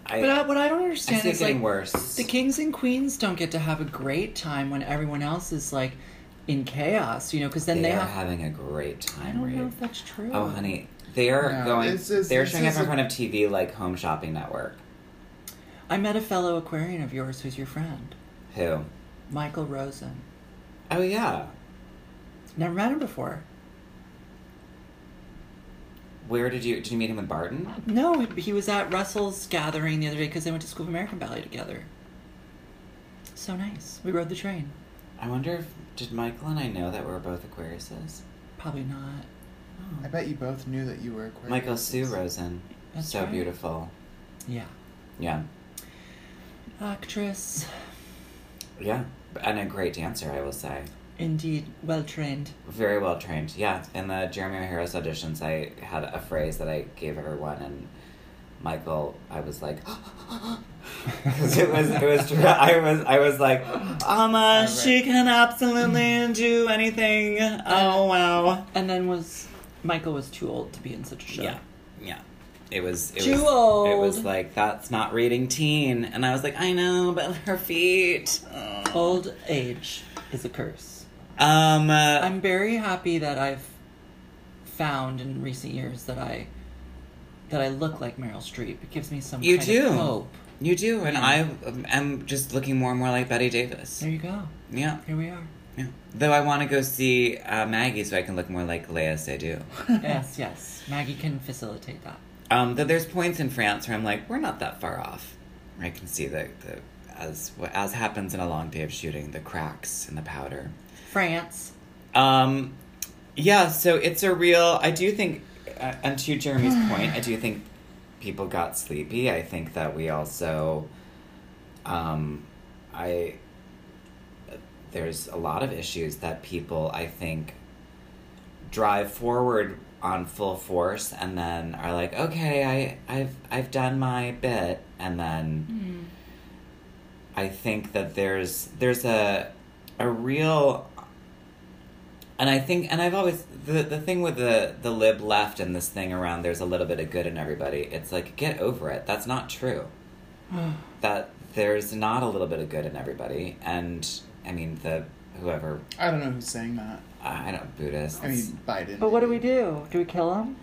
A: I,
B: But I, what I don't
A: I
B: understand
A: see it
B: is
A: getting
B: like
A: worse.
B: the kings and queens don't get to have a great time when everyone else is like in chaos, you know, because then
A: they
B: they,
A: are
B: have.
A: having a great
B: I
A: time.
B: don't know
A: Reed.
B: if that's true.
A: Oh, honey, they are
D: No,
A: going.
D: this is-
A: they're
D: this
A: showing up
D: is
A: in
D: a-
A: front of TV like Home Shopping Network.
B: I met a fellow Aquarian of yours who's your friend,
A: Who?
B: Michael Rosen.
A: Oh yeah.
B: Never met him before.
A: Where did you did you meet him with Barton?
B: No, he was at Russell's gathering the other day because they went to School of American Ballet together. So nice. We rode the train.
A: I wonder if did Michael and I know that we're both Aquariuses.
B: Probably not.
D: I
B: Oh,
D: bet you both knew that you were Aquarius.
A: Michael Sue Rosen,
B: That's
A: so
B: right.
A: beautiful.
B: yeah.
A: Yeah,
B: Actress.
A: yeah, and a great dancer, I will say.
B: Indeed. Well trained.
A: Very well trained, yeah. In the Jeremy O'Hara's auditions, I had a phrase that I gave everyone, and Michael, I was like, because it was, it was, true. I was, I was like, Alma,
D: Oh,
A: she
D: right.
A: can absolutely do anything. Oh wow,
B: And then was. Michael was too old to be in such a show.
A: yeah, yeah. It was it
B: Too
A: was, It was
B: old.
A: like that's not reading teen, and I was like, I know, but her feet. Oh.
B: Old age is a curse.
A: Um, uh,
B: I'm very happy that I've found in recent years that I that I look like Meryl Streep. It gives me some
A: You
B: kind
A: do.
B: of hope.
A: you do, and
B: Yeah.
A: I um, am just looking more and more like Betty Davis.
B: There you go.
A: Yeah.
B: Here we are.
A: Yeah. Though I want to go see uh, Maggie so I can look more like Lea Seydoux.
B: yes, yes. Maggie can facilitate that.
A: Um, though there's points in France where I'm like, we're not that far off. Where I can see the, the as as happens in a long day of shooting, the cracks in the powder.
B: France.
A: Um, yeah, so it's a real. I do think, uh, and to Jeremy's point, I do think people got sleepy. I think that we also, um, I there's a lot of issues that people I think drive forward on full force and then are like, okay, I I've I've done my bit, and then. I think that there's there's a a real and I think and I've always the the thing with the the lib left and this thing around there's a little bit of good in everybody. It's like get over it. That's not true. that there's not a little bit of good in everybody and I mean the whoever
D: I don't know who's saying that.
A: I don't Buddhists.
D: I mean, Biden.
B: But what do we do? Do we kill him?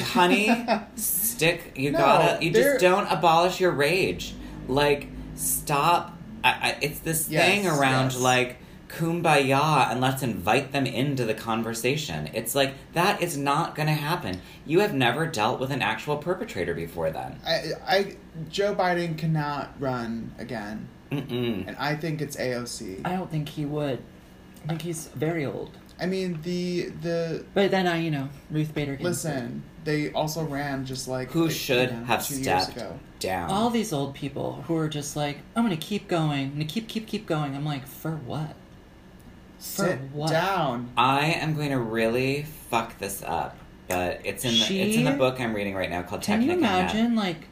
A: honey stick you
D: No,
A: gotta you
D: there-
A: just don't abolish your rage like stop I, I, it's this
D: Yes,
A: thing around
D: yes.
A: like kumbaya and let's invite them into the conversation it's like that is not gonna happen you have never dealt with an actual perpetrator before then
D: I, I, Joe Biden cannot run again,
A: Mm-mm.
D: and I think it's AOC.
B: I don't think he would. I think he's very old.
D: I mean, the the
B: But then I, you know, Ruth Bader Ginsburg.
D: listen, they also ran just like
A: who
D: like,
A: should
D: you know,
A: have
D: two years
A: stepped
D: ago.
A: down
B: All these old people who are just like, I'm gonna keep going, I'm gonna keep, keep, keep going. I'm like, for what?
D: Sit
B: what?
D: down.
A: i am going to really fuck this up but it's in the it's in
B: She-
A: the book i'm reading right now called
B: Can you
A: Technic and Mad.
B: imagine, like,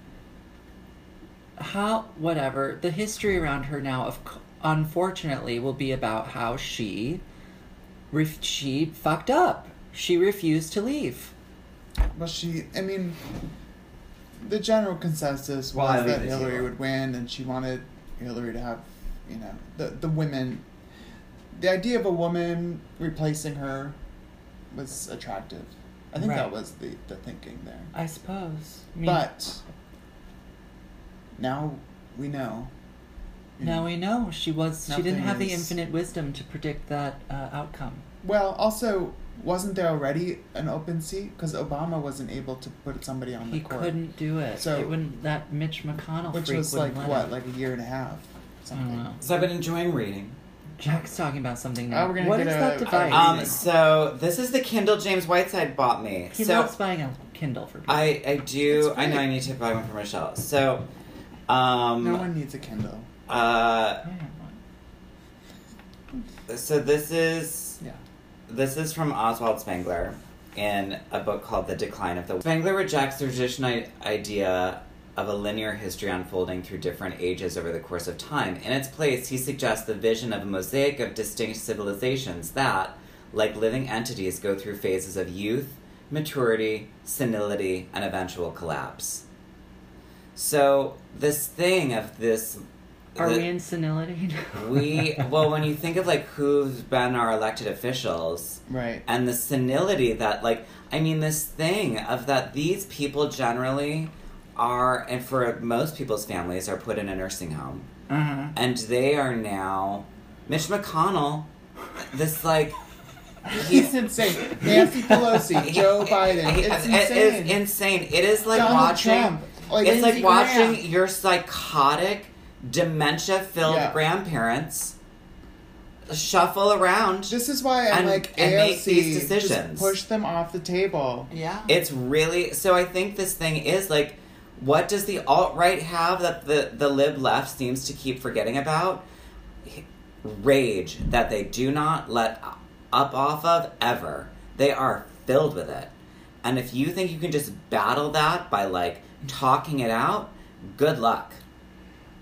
B: how, whatever, the history around her now, of, c- unfortunately, will be about how she, ref- she fucked up. She refused to leave.
D: Well, she. I mean, the general consensus was
A: Well, I think
D: that
A: that she
D: Hillary
A: won.
D: would win, and she wanted Hillary to have, you know, the the women. The idea of a woman replacing her was attractive. I think that
B: Right.
D: was the the thinking there.
B: I suppose. I mean,
D: But now we know. you
B: now
D: know.
B: we know she was. She didn't
D: mm. Nothing
B: have the
D: is-
B: infinite wisdom to predict that uh, outcome.
D: Well, also, wasn't there already an open seat? Because Obama wasn't able to put somebody on the
B: He
D: court,
B: couldn't do it.
D: So-
B: it wouldn't. That Mitch McConnell
D: which
B: freak
D: was like
B: wouldn't let
D: what,
B: him. Oh,
D: like a year and a
B: I
D: half,
B: don't
D: something.
B: know.
A: so i've been enjoying reading
B: Jack's talking about something
D: Oh,
B: now.
D: we're gonna
B: What
D: get
B: is
D: a-
B: that
D: a-
B: device?
A: Um, so this is the Kindle James Whiteside bought me.
B: he
A: so
B: loves buying a
C: Kindle for people.
A: I, I do.
D: That's
A: I know
D: great.
A: I need to buy one for Michelle. So, um,
D: No one needs a Kindle.
A: uh,
C: I have one.
A: so this is
D: Yeah.
A: This is from Oswald Spengler in a book called The Decline of the. Spengler rejects the traditional i- idea of a linear history unfolding through different ages over the course of time. In its place, he suggests the vision of a mosaic of distinct civilizations that, like living entities, go through phases of youth, maturity, senility, and eventual collapse. So, this thing of this.
C: Are
A: the-
C: we in senility? now?
A: we well when you think of like who's been our elected officials
D: Right.
A: and the senility that like i mean this thing of that these people generally are and for most people's families are put in a nursing home
C: Uh-huh.
A: and they are now mitch mcconnell this like he's
D: It's insane. Nancy Pelosi, Joe Biden.
A: He-
D: It's
A: It
D: insane.
A: is insane. It is like
D: Donald
A: watching.
D: Trump, like
A: it's
D: Lindsey
A: like watching
D: Graham.
A: your psychotic, dementia-filled
D: Yeah.
A: grandparents shuffle around.
D: This is why I'm
A: And-
D: like
A: and
D: AOC.
A: make these
D: just
A: decisions.
D: push them off the table.
B: Yeah.
A: It's really so. I think this thing is like, what does the alt right have that the the lib left seems to keep forgetting about? Rage that they do not let up off of ever. They are filled with it, and if you think you can just battle that by like talking it out, good luck.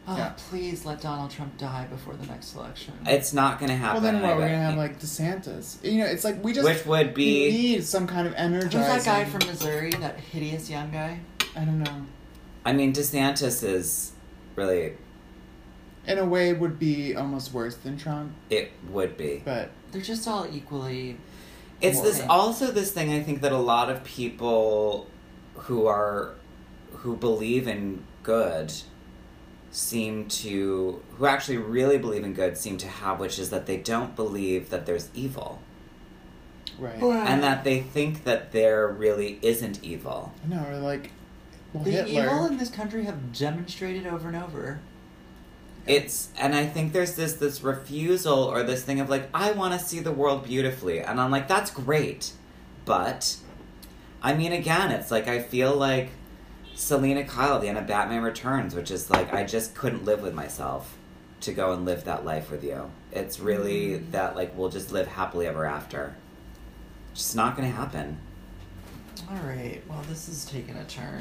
B: Oh,
D: Yeah.
B: please let Donald Trump die before the next election.
A: It's not going to happen.
D: Well, then what?
A: I
D: We're gonna
A: bet.
D: have like DeSantis. You know, it's like we just
A: Which would
D: we
A: be-
D: need some kind of
B: Who's
D: energy.
B: that guy from Missouri? That hideous young guy.
D: I don't know.
A: I mean, DeSantis is really.
D: In a way, would be almost worse than Trump,
A: It would be.
D: but
B: They're just all equally.
A: It's this
B: Right.
A: also this thing I think that a lot of people who are who believe in good seem to who actually really believe in good seem to have which is that they don't believe that there's evil
D: right.
A: and that they think that there really isn't evil.
D: No, we're like well,
B: the
D: Hitler.
B: evil in this country have demonstrated over and over.
A: It's and I think there's this this refusal or this thing of like I want to see the world beautifully and I'm like that's great. But I mean again, it's like I feel like Selena Kyle at the end of Batman Returns, which is like I just couldn't live with myself to go and live that life with you. It's really that like we'll just live happily ever after. It's just not going to happen.
B: All right. Well, this is taking a turn.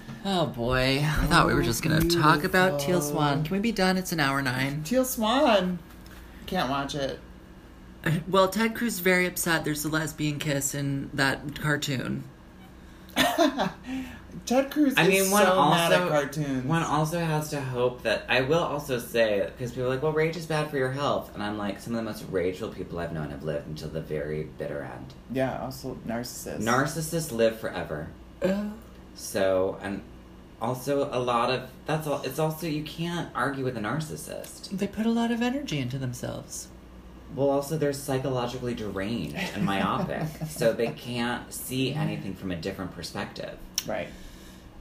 B: oh boy! I thought we were just gonna talk about Teal Swan. Can we be done? It's an hour nine.
D: Teal Swan. Can't watch it.
B: Well, Ted Cruz is very upset. There's a lesbian kiss in that cartoon.
D: Ted Cruz
A: I
D: is
A: mean, one
D: so
A: also
D: mad at cartoons.
A: One also has to hope that I will also say because people are like, "Well, rage is bad for your health," and I'm like, some of the most rageful people I've known have lived until the very bitter end.
D: yeah, also narcissist.
A: Narcissists live forever. So, and also a lot of that's all. It's also you can't argue with a narcissist.
B: they put a lot of energy into themselves.
A: Well, also they're psychologically deranged and myopic, so they can't see anything from a different perspective.
D: right.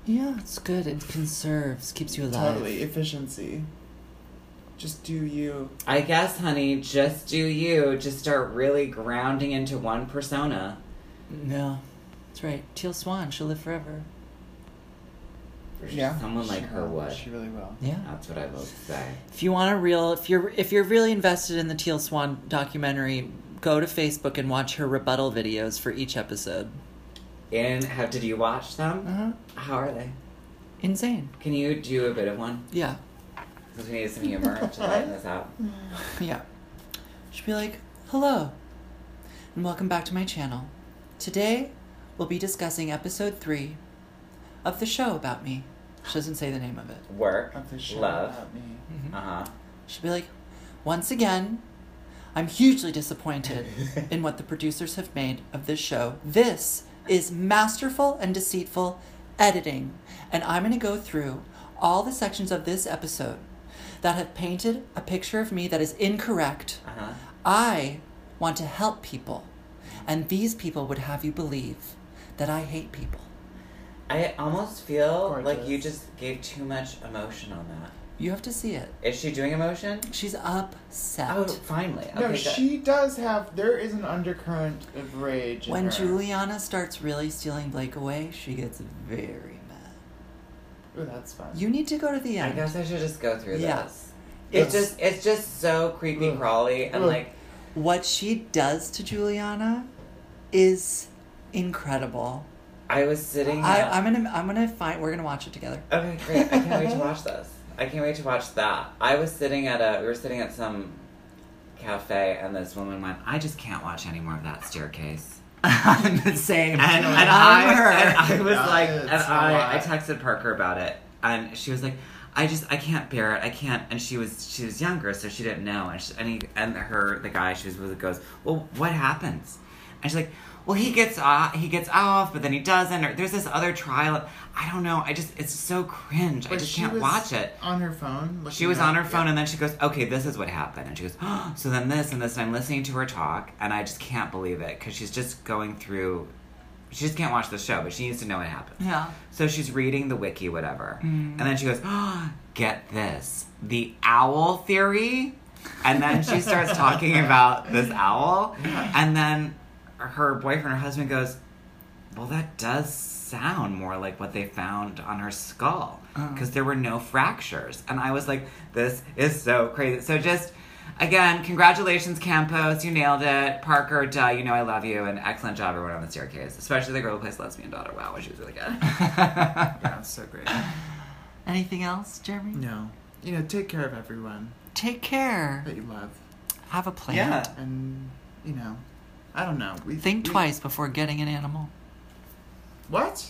B: Yeah, it's good. It conserves, keeps you alive.
D: Totally efficiency. Just do you.
A: I guess, honey, just do you. Just start really grounding into one persona.
B: No, that's right. Teal Swan, she'll live forever.
D: Yeah.
A: Someone like
D: She
A: her
D: will.
A: would.
D: She really will.
B: Yeah.
A: That's what I will say.
B: If you want a real, if you're if you're really invested in the Teal Swan documentary, go to Facebook and watch her rebuttal videos for each episode.
A: And how did you watch them?
B: Uh-huh.
A: How are they?
B: Insane.
A: Can you do a bit of one?
B: Yeah.
A: Because we need some humor to lighten this up.
B: Yeah. She'll be like, hello, and welcome back to my channel. Today, we'll be discussing episode three of the show about me. She doesn't say the name of it.
A: Work,
D: Of the show
A: love.
D: about me.
A: Uh huh.
B: She'll be like, once again, I'm hugely disappointed in what the producers have made of this show. This is masterful and deceitful editing. And I'm going to go through all the sections of this episode that have painted a picture of me that is incorrect.
A: Uh huh.
B: I want to help people. And these people would have you believe that I hate people.
A: I almost feel like you
D: Gorgeous.
A: just gave too much emotion on that.
B: You have to see it.
A: Is she doing emotion?
B: She's upset.
A: Oh, finally. Okay,
D: No,
A: good.
D: she does have. There is an undercurrent of rage. in
B: When
D: her.
B: Juliana starts really stealing Blake away, she gets very mad.
D: Ooh, that's fun.
B: You need to go to the
A: I
B: end.
A: guess I should just go through
B: Yeah.
A: this. It's
D: Yes.
A: just it's just so creepy
D: Ugh.
A: crawly and
D: Ugh.
A: like
B: What she does to Juliana is incredible.
A: I was sitting
B: I,
A: at-
B: I'm gonna I'm gonna find we're gonna watch it together.
A: Okay, great. I can't wait to watch this. I can't wait to watch that. I was sitting at a we were sitting at some cafe and this woman went, I just can't watch any more of that staircase.
B: I'm the same.
A: And, and
B: I'm
A: I,
B: her.
A: and I was
D: Yeah,
A: like,
D: it's
A: and
D: a
A: I, I
D: lot.
A: texted Parker about it, and she was like, I just, I can't bear it, I can't. And she was, she was younger, so she didn't know. And she, and, he, and her, the guy she was with, goes, well, what happens? And she's like, well, he gets off, he gets off, but then he doesn't. Or there's this other trial. I don't know. I just, it's so cringe. I
D: But
A: just
D: she
A: can't
D: was
A: watch it.
D: On her phone.
A: She
D: looking
A: was
D: up-
A: on her phone,
D: yeah.
A: and then she goes, "Okay, this is what happened." And she goes, oh, "So then this and this." And I'm listening to her talk, and I just can't believe it because she's just going through. She just can't watch the show, but she needs to know what happened.
B: Yeah.
A: So she's reading the wiki, whatever, and then she goes, oh, "Get this, the owl theory," and then she starts talking about this owl, and then her boyfriend, her husband, goes, well, that does sound more like what they found on her skull
D: Uh-huh.
A: because there were no fractures. And I was like, this is so crazy. So just. Again, congratulations, Campos. You nailed it. Parker, duh, you know I love you. And excellent job, everyone on the staircase. Especially the girl who plays lesbian daughter. Wow, she was really good.
D: Yeah, it's so great.
B: Anything else, Jeremy?
D: No. You know, take care of everyone
B: Take care.
D: that you love.
B: Have a plan.
A: yeah.
D: And, you know, I don't know. We
B: Think
D: we-
B: twice before getting an animal.
D: What?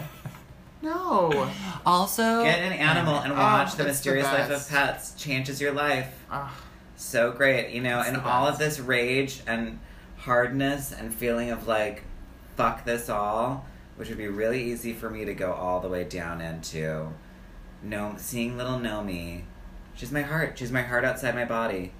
D: No.
B: Also,
A: Get an animal and
D: Oh,
A: watch
D: it's
A: The
D: the
A: Mysterious Life of
D: best.
A: Pets. Changes your life.
D: Ugh.
A: so great, you know,
D: It's
A: and
D: the
A: all of
D: best.
A: this rage and hardness and feeling of like, fuck this all, which would be really easy for me to go all the way down into. No, seeing little Nomi, she's my heart. She's my heart outside my body.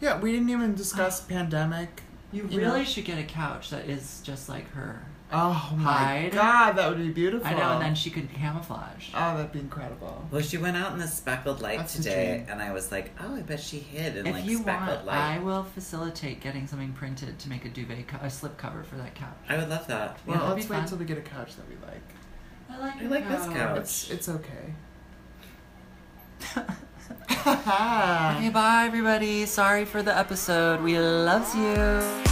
D: Yeah, we didn't even discuss pandemic.
B: you
D: You
B: really
D: know.
B: should get a couch that is just like her.
D: Oh my
B: Hide.
D: god, that would be beautiful.
B: I know, and then she could camouflage.
D: Oh, that'd be incredible.
A: Well, she went out in the speckled light
D: That's a
A: today,
D: dream.
A: and I was like, oh, I bet she hid in
B: if
A: like
B: you
A: speckled
B: want, I
A: light.
B: will facilitate getting something printed to make a duvet, co- a slip cover for that couch.
A: I would love that.
B: Yeah,
D: Well,
B: that'd
D: let's
B: be
D: wait
B: fun.
D: till we get a couch that we like.
B: I like,
A: I like this couch.
D: Oh, It's it's okay.
B: Okay, bye everybody. Sorry for the episode. We loves you.